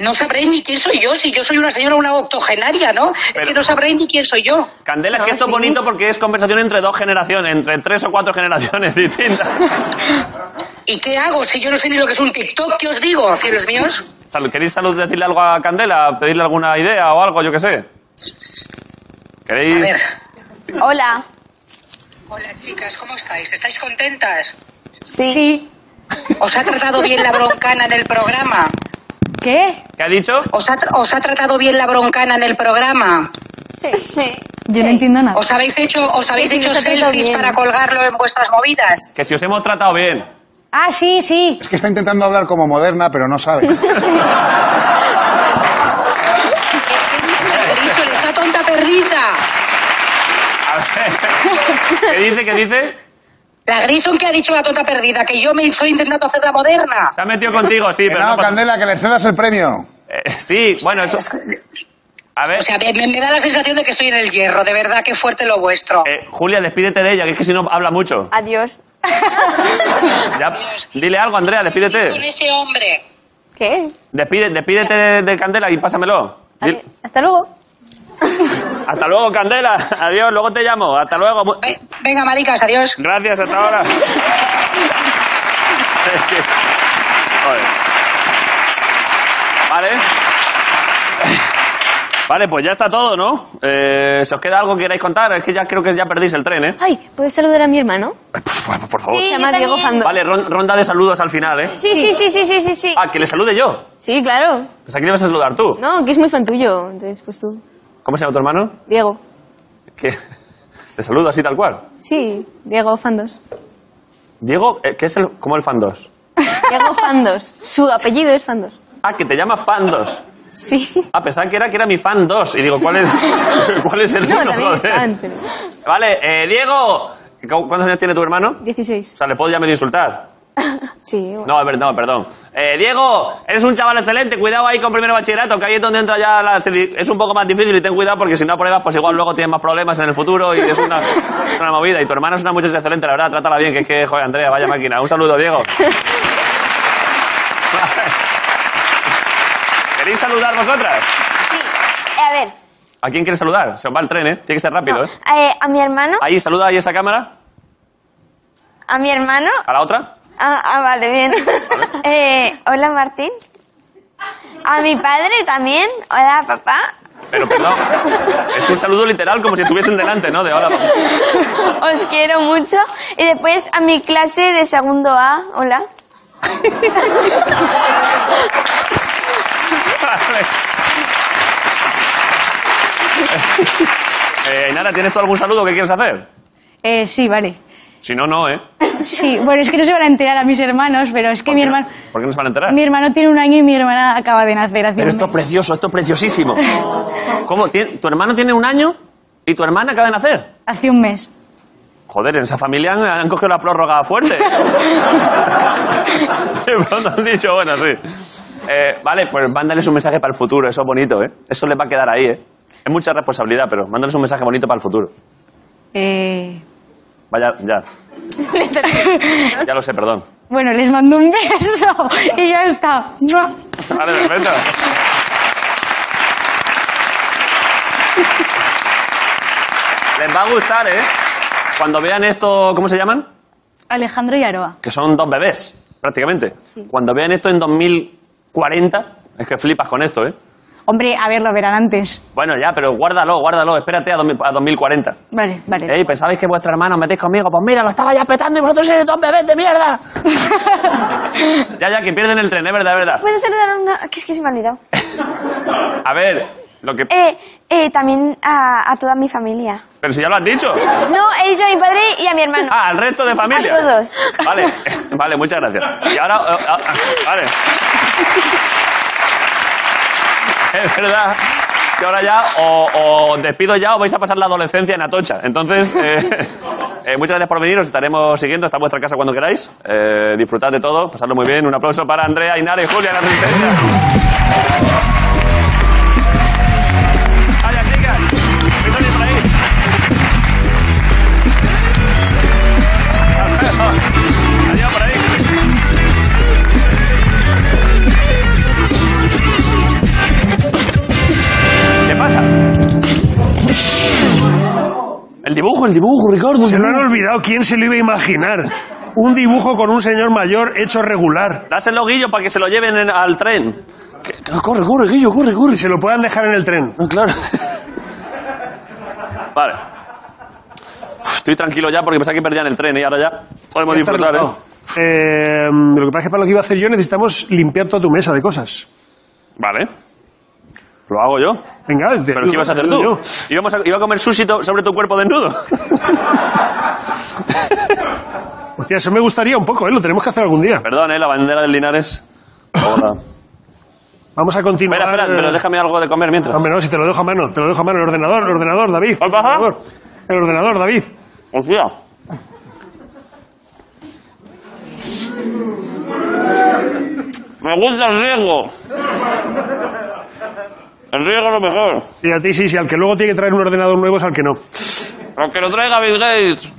[SPEAKER 13] No sabréis ni quién soy yo, si yo soy una señora, una octogenaria, ¿no? Es que no sabréis ni quién soy yo.
[SPEAKER 1] Candela, es que
[SPEAKER 14] Ah,
[SPEAKER 13] No,
[SPEAKER 1] esto es
[SPEAKER 13] sí.
[SPEAKER 1] bonito porque es conversación entre dos generaciones, entre tres o cuatro generaciones distintas.
[SPEAKER 13] ¿Y qué hago si yo no sé ni lo que es un TikTok? ¿Qué os digo, cielos míos?
[SPEAKER 1] Sal- ¿Queréis salud decirle algo a Candela? ¿Pedirle alguna idea o algo? Yo qué sé. ¿Queréis...?
[SPEAKER 7] Hola.
[SPEAKER 13] Hola, chicas, ¿cómo estáis? ¿Estáis contentas?
[SPEAKER 7] Sí.
[SPEAKER 13] ¿Os ha tratado bien la broncana en el programa?
[SPEAKER 14] ¿Qué?
[SPEAKER 1] ¿Qué ha dicho?
[SPEAKER 13] ¿Os ha, tra- os ha tratado bien la broncana en el programa? Sí.
[SPEAKER 14] Yo no entiendo nada.
[SPEAKER 13] ¿Os habéis hecho, os habéis
[SPEAKER 14] Sí, sí,
[SPEAKER 13] hecho
[SPEAKER 14] nos ha tratado
[SPEAKER 13] selfies
[SPEAKER 14] bien.
[SPEAKER 13] para colgarlo en vuestras movidas?
[SPEAKER 1] Que si os hemos tratado bien.
[SPEAKER 14] Ah, sí, sí.
[SPEAKER 4] Es que está intentando hablar como moderna, pero no sabe.
[SPEAKER 13] Dicho, le está tonta perdida.
[SPEAKER 1] A ver. ¿Qué dice? ¿Qué dice?
[SPEAKER 13] La Grison que ha dicho la tonta perdida, que yo me estoy intentando hacer la moderna.
[SPEAKER 1] Se ha metido contigo, sí,
[SPEAKER 4] Que
[SPEAKER 1] pero
[SPEAKER 4] no,
[SPEAKER 1] no pasa-
[SPEAKER 4] Candela, que le cedas el premio.
[SPEAKER 1] Eh, sí, bueno, eso... ¿eh? A ver,
[SPEAKER 13] O sea, me, me da la sensación de que estoy en el hierro, de verdad, qué fuerte lo vuestro.
[SPEAKER 1] eh, Julia, despídete de ella, que es que si no habla mucho.
[SPEAKER 7] Adiós.
[SPEAKER 1] Ya, dile algo, Andrea, despídete.
[SPEAKER 13] ese hombre.
[SPEAKER 7] ¿Qué?
[SPEAKER 1] Despide, despídete de, de Candela y pásamelo. Di-
[SPEAKER 14] Hasta luego.
[SPEAKER 1] hasta luego, Candela. Adiós, luego te llamo. Hasta luego. Mu-
[SPEAKER 13] Venga, maricas, adiós.
[SPEAKER 1] Gracias, hasta ahora. Es que- Joder. Vale. Vale, pues ya está todo, ¿no? Eh, ¿Se os queda algo que queráis contar? Es que ya creo que ya perdéis el tren, ¿eh?
[SPEAKER 14] Ay, ¿puedes saludar a mi hermano?
[SPEAKER 1] Por favor.
[SPEAKER 14] Sí, Se llama yo Diego también. Fando.
[SPEAKER 1] Vale, ron- ronda de saludos al final, ¿eh?
[SPEAKER 14] Sí, sí, sí, sí, sí, sí. Sí,
[SPEAKER 1] Ah, que le salude yo.
[SPEAKER 14] Sí, claro.
[SPEAKER 1] Pues aquí le vas a saludar tú.
[SPEAKER 14] No, que es muy fan tuyo. Entonces, pues tú.
[SPEAKER 1] ¿Cómo se llama tu hermano?
[SPEAKER 14] Diego.
[SPEAKER 1] Que le saludo así tal cual.
[SPEAKER 14] Sí, Diego Fandos.
[SPEAKER 1] Diego, eh, que es el, como el Fandos.
[SPEAKER 14] Diego Fandos. Su apellido es Fandos.
[SPEAKER 1] Ah, que te llama Fandos.
[SPEAKER 14] Sí.
[SPEAKER 1] Ah, pensaba que era que era mi fan 2. Y digo, ¿cuál es, ¿cuál es el
[SPEAKER 14] No,
[SPEAKER 1] número
[SPEAKER 14] también es
[SPEAKER 1] dos, eh?
[SPEAKER 14] fan, pero...
[SPEAKER 1] Vale, eh, Diego. ¿cu- ¿Cuántos años tiene tu hermano?
[SPEAKER 14] 16.
[SPEAKER 1] O sea, le puedo ya medio insultar.
[SPEAKER 14] Sí, bueno.
[SPEAKER 1] No, a ver, no, perdón. Eh, Diego, eres un chaval excelente. Cuidado ahí con primero bachillerato, que ahí es donde entra ya la... sedi- Es un poco más difícil y ten cuidado porque si no apruebas, pues igual luego tienes más problemas en el futuro y es una, es una movida. Y tu hermana es una muchacha excelente, la verdad. Trátala bien, que es que, joder, Andrea, vaya máquina. Un saludo, Diego. ¿Queréis saludar vosotras?
[SPEAKER 7] Eh, a ver,
[SPEAKER 1] ¿A quién quieres saludar? Se os va el tren, ¿eh? Tiene que ser rápido, ¿eh?
[SPEAKER 7] eh, a mi hermano,
[SPEAKER 1] Ahí, saluda ahí esa cámara.
[SPEAKER 7] a mi hermano.
[SPEAKER 1] A la otra.
[SPEAKER 7] Ah, ah, vale, bien. Eh, hola, Martín. A mi padre también. Hola, papá.
[SPEAKER 1] Pero perdón. Es un saludo literal, como si estuviesen delante, ¿no? De hola. papá.
[SPEAKER 7] Os quiero mucho. Y después a mi clase de segundo A. Hola.
[SPEAKER 1] Eh, Ainara, ¿tienes tú algún saludo que quieres hacer?
[SPEAKER 14] Eh, sí, vale.
[SPEAKER 1] Si no, no, ¿eh?
[SPEAKER 14] Sí, bueno, es que no se van a enterar a mis hermanos, pero es que mi hermano,
[SPEAKER 1] ¿Por qué no se van a enterar?
[SPEAKER 14] mi hermano tiene un año y mi hermana acaba de nacer hace
[SPEAKER 1] Pero
[SPEAKER 14] un
[SPEAKER 1] esto es precioso, esto es preciosísimo. ¿Cómo? ¿Tien- ¿Tu hermano tiene un año y tu hermana acaba de nacer?
[SPEAKER 14] mes. Hace un mes.
[SPEAKER 1] Joder, en esa familia han, han cogido la prórroga fuerte. De pronto han dicho, bueno, sí. Eh, vale, pues mándales un mensaje para el futuro, eso es bonito, ¿eh? Eso les va a quedar ahí, ¿eh? Es mucha responsabilidad, pero mándales un mensaje bonito para el futuro.
[SPEAKER 14] Eh,
[SPEAKER 1] Vaya, ya, ya lo sé, perdón.
[SPEAKER 14] bueno, les mando un beso y ya está. ¡Mua!
[SPEAKER 1] Vale, perfecto. Les va a gustar, ¿eh? Cuando vean esto, ¿cómo se llaman?
[SPEAKER 14] Alejandro y Aroa.
[SPEAKER 1] Que son dos bebés, prácticamente. Cuando vean esto en 2040, es que flipas con esto, ¿eh?
[SPEAKER 14] Hombre, a ver, lo verán antes.
[SPEAKER 1] Bueno, ya, pero guárdalo, guárdalo. Espérate a, 2000 a 2040.
[SPEAKER 14] Vale, vale.
[SPEAKER 1] Ey, ¿pensabais que vuestra hermana os metéis conmigo? Pues mira, lo estaba ya petando y vosotros eres dos bebés de mierda. ya, ya, que pierden el tren, es verdad, es verdad.
[SPEAKER 7] ¿Puedes dar una...? Que es que se me ha olvidado.
[SPEAKER 1] A ver, lo que...
[SPEAKER 7] Eh, eh, también a, a toda mi familia.
[SPEAKER 1] Pero si ya lo has dicho.
[SPEAKER 7] No, he dicho a mi padre y a mi hermano.
[SPEAKER 1] Ah, al resto de familia.
[SPEAKER 7] A todos.
[SPEAKER 1] Vale, vale, muchas gracias. Y ahora... eh, ah, ah, vale. Es verdad que ahora ya o, o os despido ya o vais a pasar la adolescencia en Atocha. Entonces, eh, eh, muchas gracias por venir. Os estaremos siguiendo. Está en vuestra casa cuando queráis. Eh, disfrutad de todo. Pasadlo muy bien. Un aplauso para Andrea, Inara y Julia, la asistencia. ¡Vaya, chicas! ¡Vais a venir por ahí! Adiós por ahí. ¿Qué pasa? El dibujo, el dibujo, Ricardo.
[SPEAKER 5] Se lo han olvidado. ¿Quién se lo iba a imaginar? Un dibujo con un señor mayor hecho regular.
[SPEAKER 1] Dáselo, Guillo, para que se lo lleven en- al tren.
[SPEAKER 5] Corre, corre, Guillo, corre, corre. se lo puedan dejar en el tren.
[SPEAKER 1] Ah, claro. Vale. Uf, Estoy tranquilo ya porque pensaba que perdían el tren y ahora ya podemos
[SPEAKER 5] Ya está
[SPEAKER 1] disfrutar, ¿eh?
[SPEAKER 5] arreglado. Eh, lo que pasa es que para lo que iba a hacer yo necesitamos limpiar toda tu mesa de cosas.
[SPEAKER 1] Vale. Lo hago yo.
[SPEAKER 5] Venga,
[SPEAKER 1] ¿Pero qué ibas a hacer tú? Íbamos a- iba a comer sushi to- sobre tu cuerpo desnudo.
[SPEAKER 5] Hostia, eso me gustaría un poco, ¿eh? Lo tenemos que hacer algún día.
[SPEAKER 1] Perdón, ¿eh? La bandera del Linares. Hola.
[SPEAKER 5] Vamos a continuar.
[SPEAKER 1] Espera, espera, pero déjame algo de comer mientras.
[SPEAKER 5] Hombre, no, si te lo dejo a mano, te lo dejo a mano. El ordenador, el ordenador, David. El ordenador, el ordenador David.
[SPEAKER 1] Hostia. Me gusta el riego. El riego es lo mejor.
[SPEAKER 5] Sí, a ti sí, sí. Al que luego tiene que traer un ordenador nuevo es al que no.
[SPEAKER 1] Aunque lo traiga Bill Gates.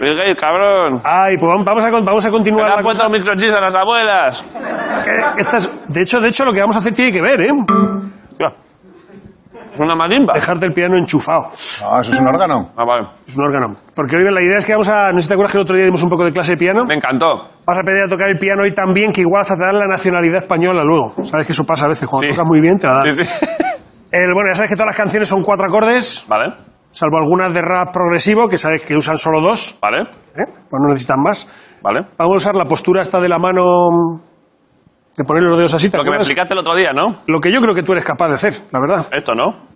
[SPEAKER 1] Bill Gates, cabrón.
[SPEAKER 5] Ay, pues vamos- vamos a, con- vamos a
[SPEAKER 1] Que le
[SPEAKER 5] continuar.
[SPEAKER 1] han
[SPEAKER 5] la cosa.
[SPEAKER 1] puesto microchips a las abuelas.
[SPEAKER 5] Eh, estas- de hecho, de hecho, lo que vamos a hacer tiene que ver, ¿eh?
[SPEAKER 1] Es una marimba.
[SPEAKER 5] Dejarte el piano enchufado.
[SPEAKER 4] No, eso es un órgano.
[SPEAKER 1] Ah, vale.
[SPEAKER 5] Es un órgano. Porque hoy la idea es que vamos a... No sé si te acuerdas que el otro día dimos un poco de clase de piano.
[SPEAKER 1] Me encantó.
[SPEAKER 5] Vas a pedir a tocar el piano hoy también, que igual hasta te dan la nacionalidad española luego. Sabes que eso pasa a veces. Cuando
[SPEAKER 1] Sí.
[SPEAKER 5] tocas muy bien, te la dan.
[SPEAKER 1] Sí, sí.
[SPEAKER 5] El- bueno, ya sabes que todas las canciones son cuatro acordes,
[SPEAKER 1] Vale,
[SPEAKER 5] salvo algunas de rap progresivo, que sabes que usan solo dos,
[SPEAKER 1] vale,
[SPEAKER 5] ¿eh? pues no necesitan más.
[SPEAKER 1] vale.
[SPEAKER 5] Vamos a usar la postura esta de la mano, mm, de poner los dedos así. ¿te
[SPEAKER 1] Lo que me
[SPEAKER 5] acuerdas?
[SPEAKER 1] explicaste el otro día, ¿no?
[SPEAKER 5] Lo que yo creo que tú eres capaz de hacer, la verdad.
[SPEAKER 1] Esto, ¿no?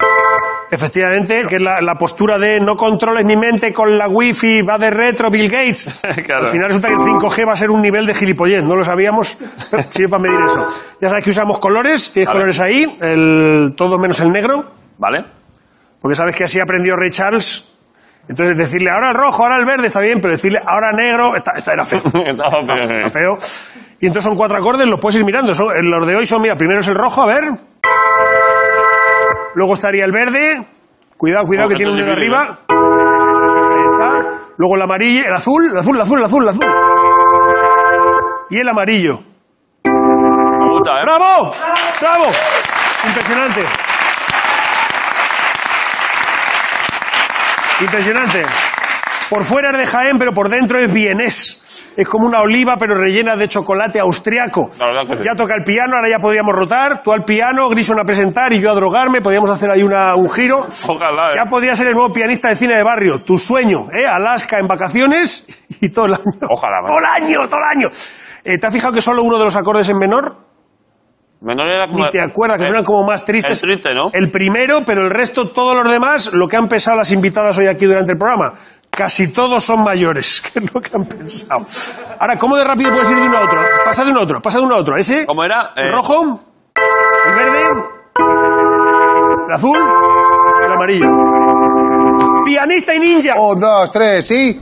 [SPEAKER 5] Efectivamente, que es la, la postura de no controles mi mente con la wifi, va de retro Bill Gates.
[SPEAKER 1] Claro.
[SPEAKER 5] Al final resulta que el 5G va a ser un nivel de gilipollez, no lo sabíamos, pero sirve para medir eso. Ya sabes que usamos colores, tienes
[SPEAKER 1] Vale.
[SPEAKER 5] colores ahí, el, todo menos el negro,
[SPEAKER 1] Vale.
[SPEAKER 5] porque sabes que así aprendió Ray Charles. Entonces decirle ahora el rojo, ahora el verde está bien, pero decirle ahora negro, está, está era feo.
[SPEAKER 1] Estaba bien.
[SPEAKER 5] Está eh, feo. Y entonces son cuatro acordes, los puedes ir mirando. Son- eh, los de hoy son, mira, primero es el rojo, a ver. Luego estaría el verde. Cuidado, cuidado,
[SPEAKER 1] Oh,
[SPEAKER 5] que
[SPEAKER 1] esto
[SPEAKER 5] tiene un
[SPEAKER 1] es
[SPEAKER 5] dedo
[SPEAKER 1] difícil,
[SPEAKER 5] arriba. Ahí está. Luego el amarillo, el azul, el azul, el azul, el azul, el azul. Y el amarillo.
[SPEAKER 1] Me gusta, ¿eh?
[SPEAKER 5] ¡Bravo! ¡Bravo! Impresionante. Impresionante. Por fuera es de Jaén, pero por dentro es vienés. Es como una oliva, pero rellena de chocolate austriaco.
[SPEAKER 1] La verdad que sí.
[SPEAKER 5] Ya toca el piano, ahora ya podríamos rotar. Tú al piano, Grison a presentar y yo a drogarme. Podríamos hacer ahí una- un giro.
[SPEAKER 1] Ojalá, ¿eh?
[SPEAKER 5] Ya podría ser el nuevo pianista de cine de barrio. Tu sueño, ¿eh? Alaska en vacaciones y todo el año.
[SPEAKER 1] Ojalá, man.
[SPEAKER 5] Todo el año, todo el año. Eh, ¿Te has fijado que solo uno de los acordes es menor?
[SPEAKER 1] Menor era como...
[SPEAKER 5] Ni te acuerdas, que
[SPEAKER 1] Eh,
[SPEAKER 5] suenan como más tristes.
[SPEAKER 1] Es triste, ¿no?
[SPEAKER 5] El primero, pero el resto, todos los demás, lo que han pensado las invitadas hoy aquí durante el programa, casi todos son mayores, que es lo que han pensado. Ahora, ¿cómo de rápido puedes ir de uno a otro? Pasa de uno a otro, pasa de uno a otro. ¿Ese?
[SPEAKER 1] ¿Cómo era?
[SPEAKER 5] ¿El
[SPEAKER 1] Eh,
[SPEAKER 5] rojo? ¿El verde? ¿El azul? ¿El amarillo? ¡Pianista y ninja!
[SPEAKER 4] Un, dos, tres, sí.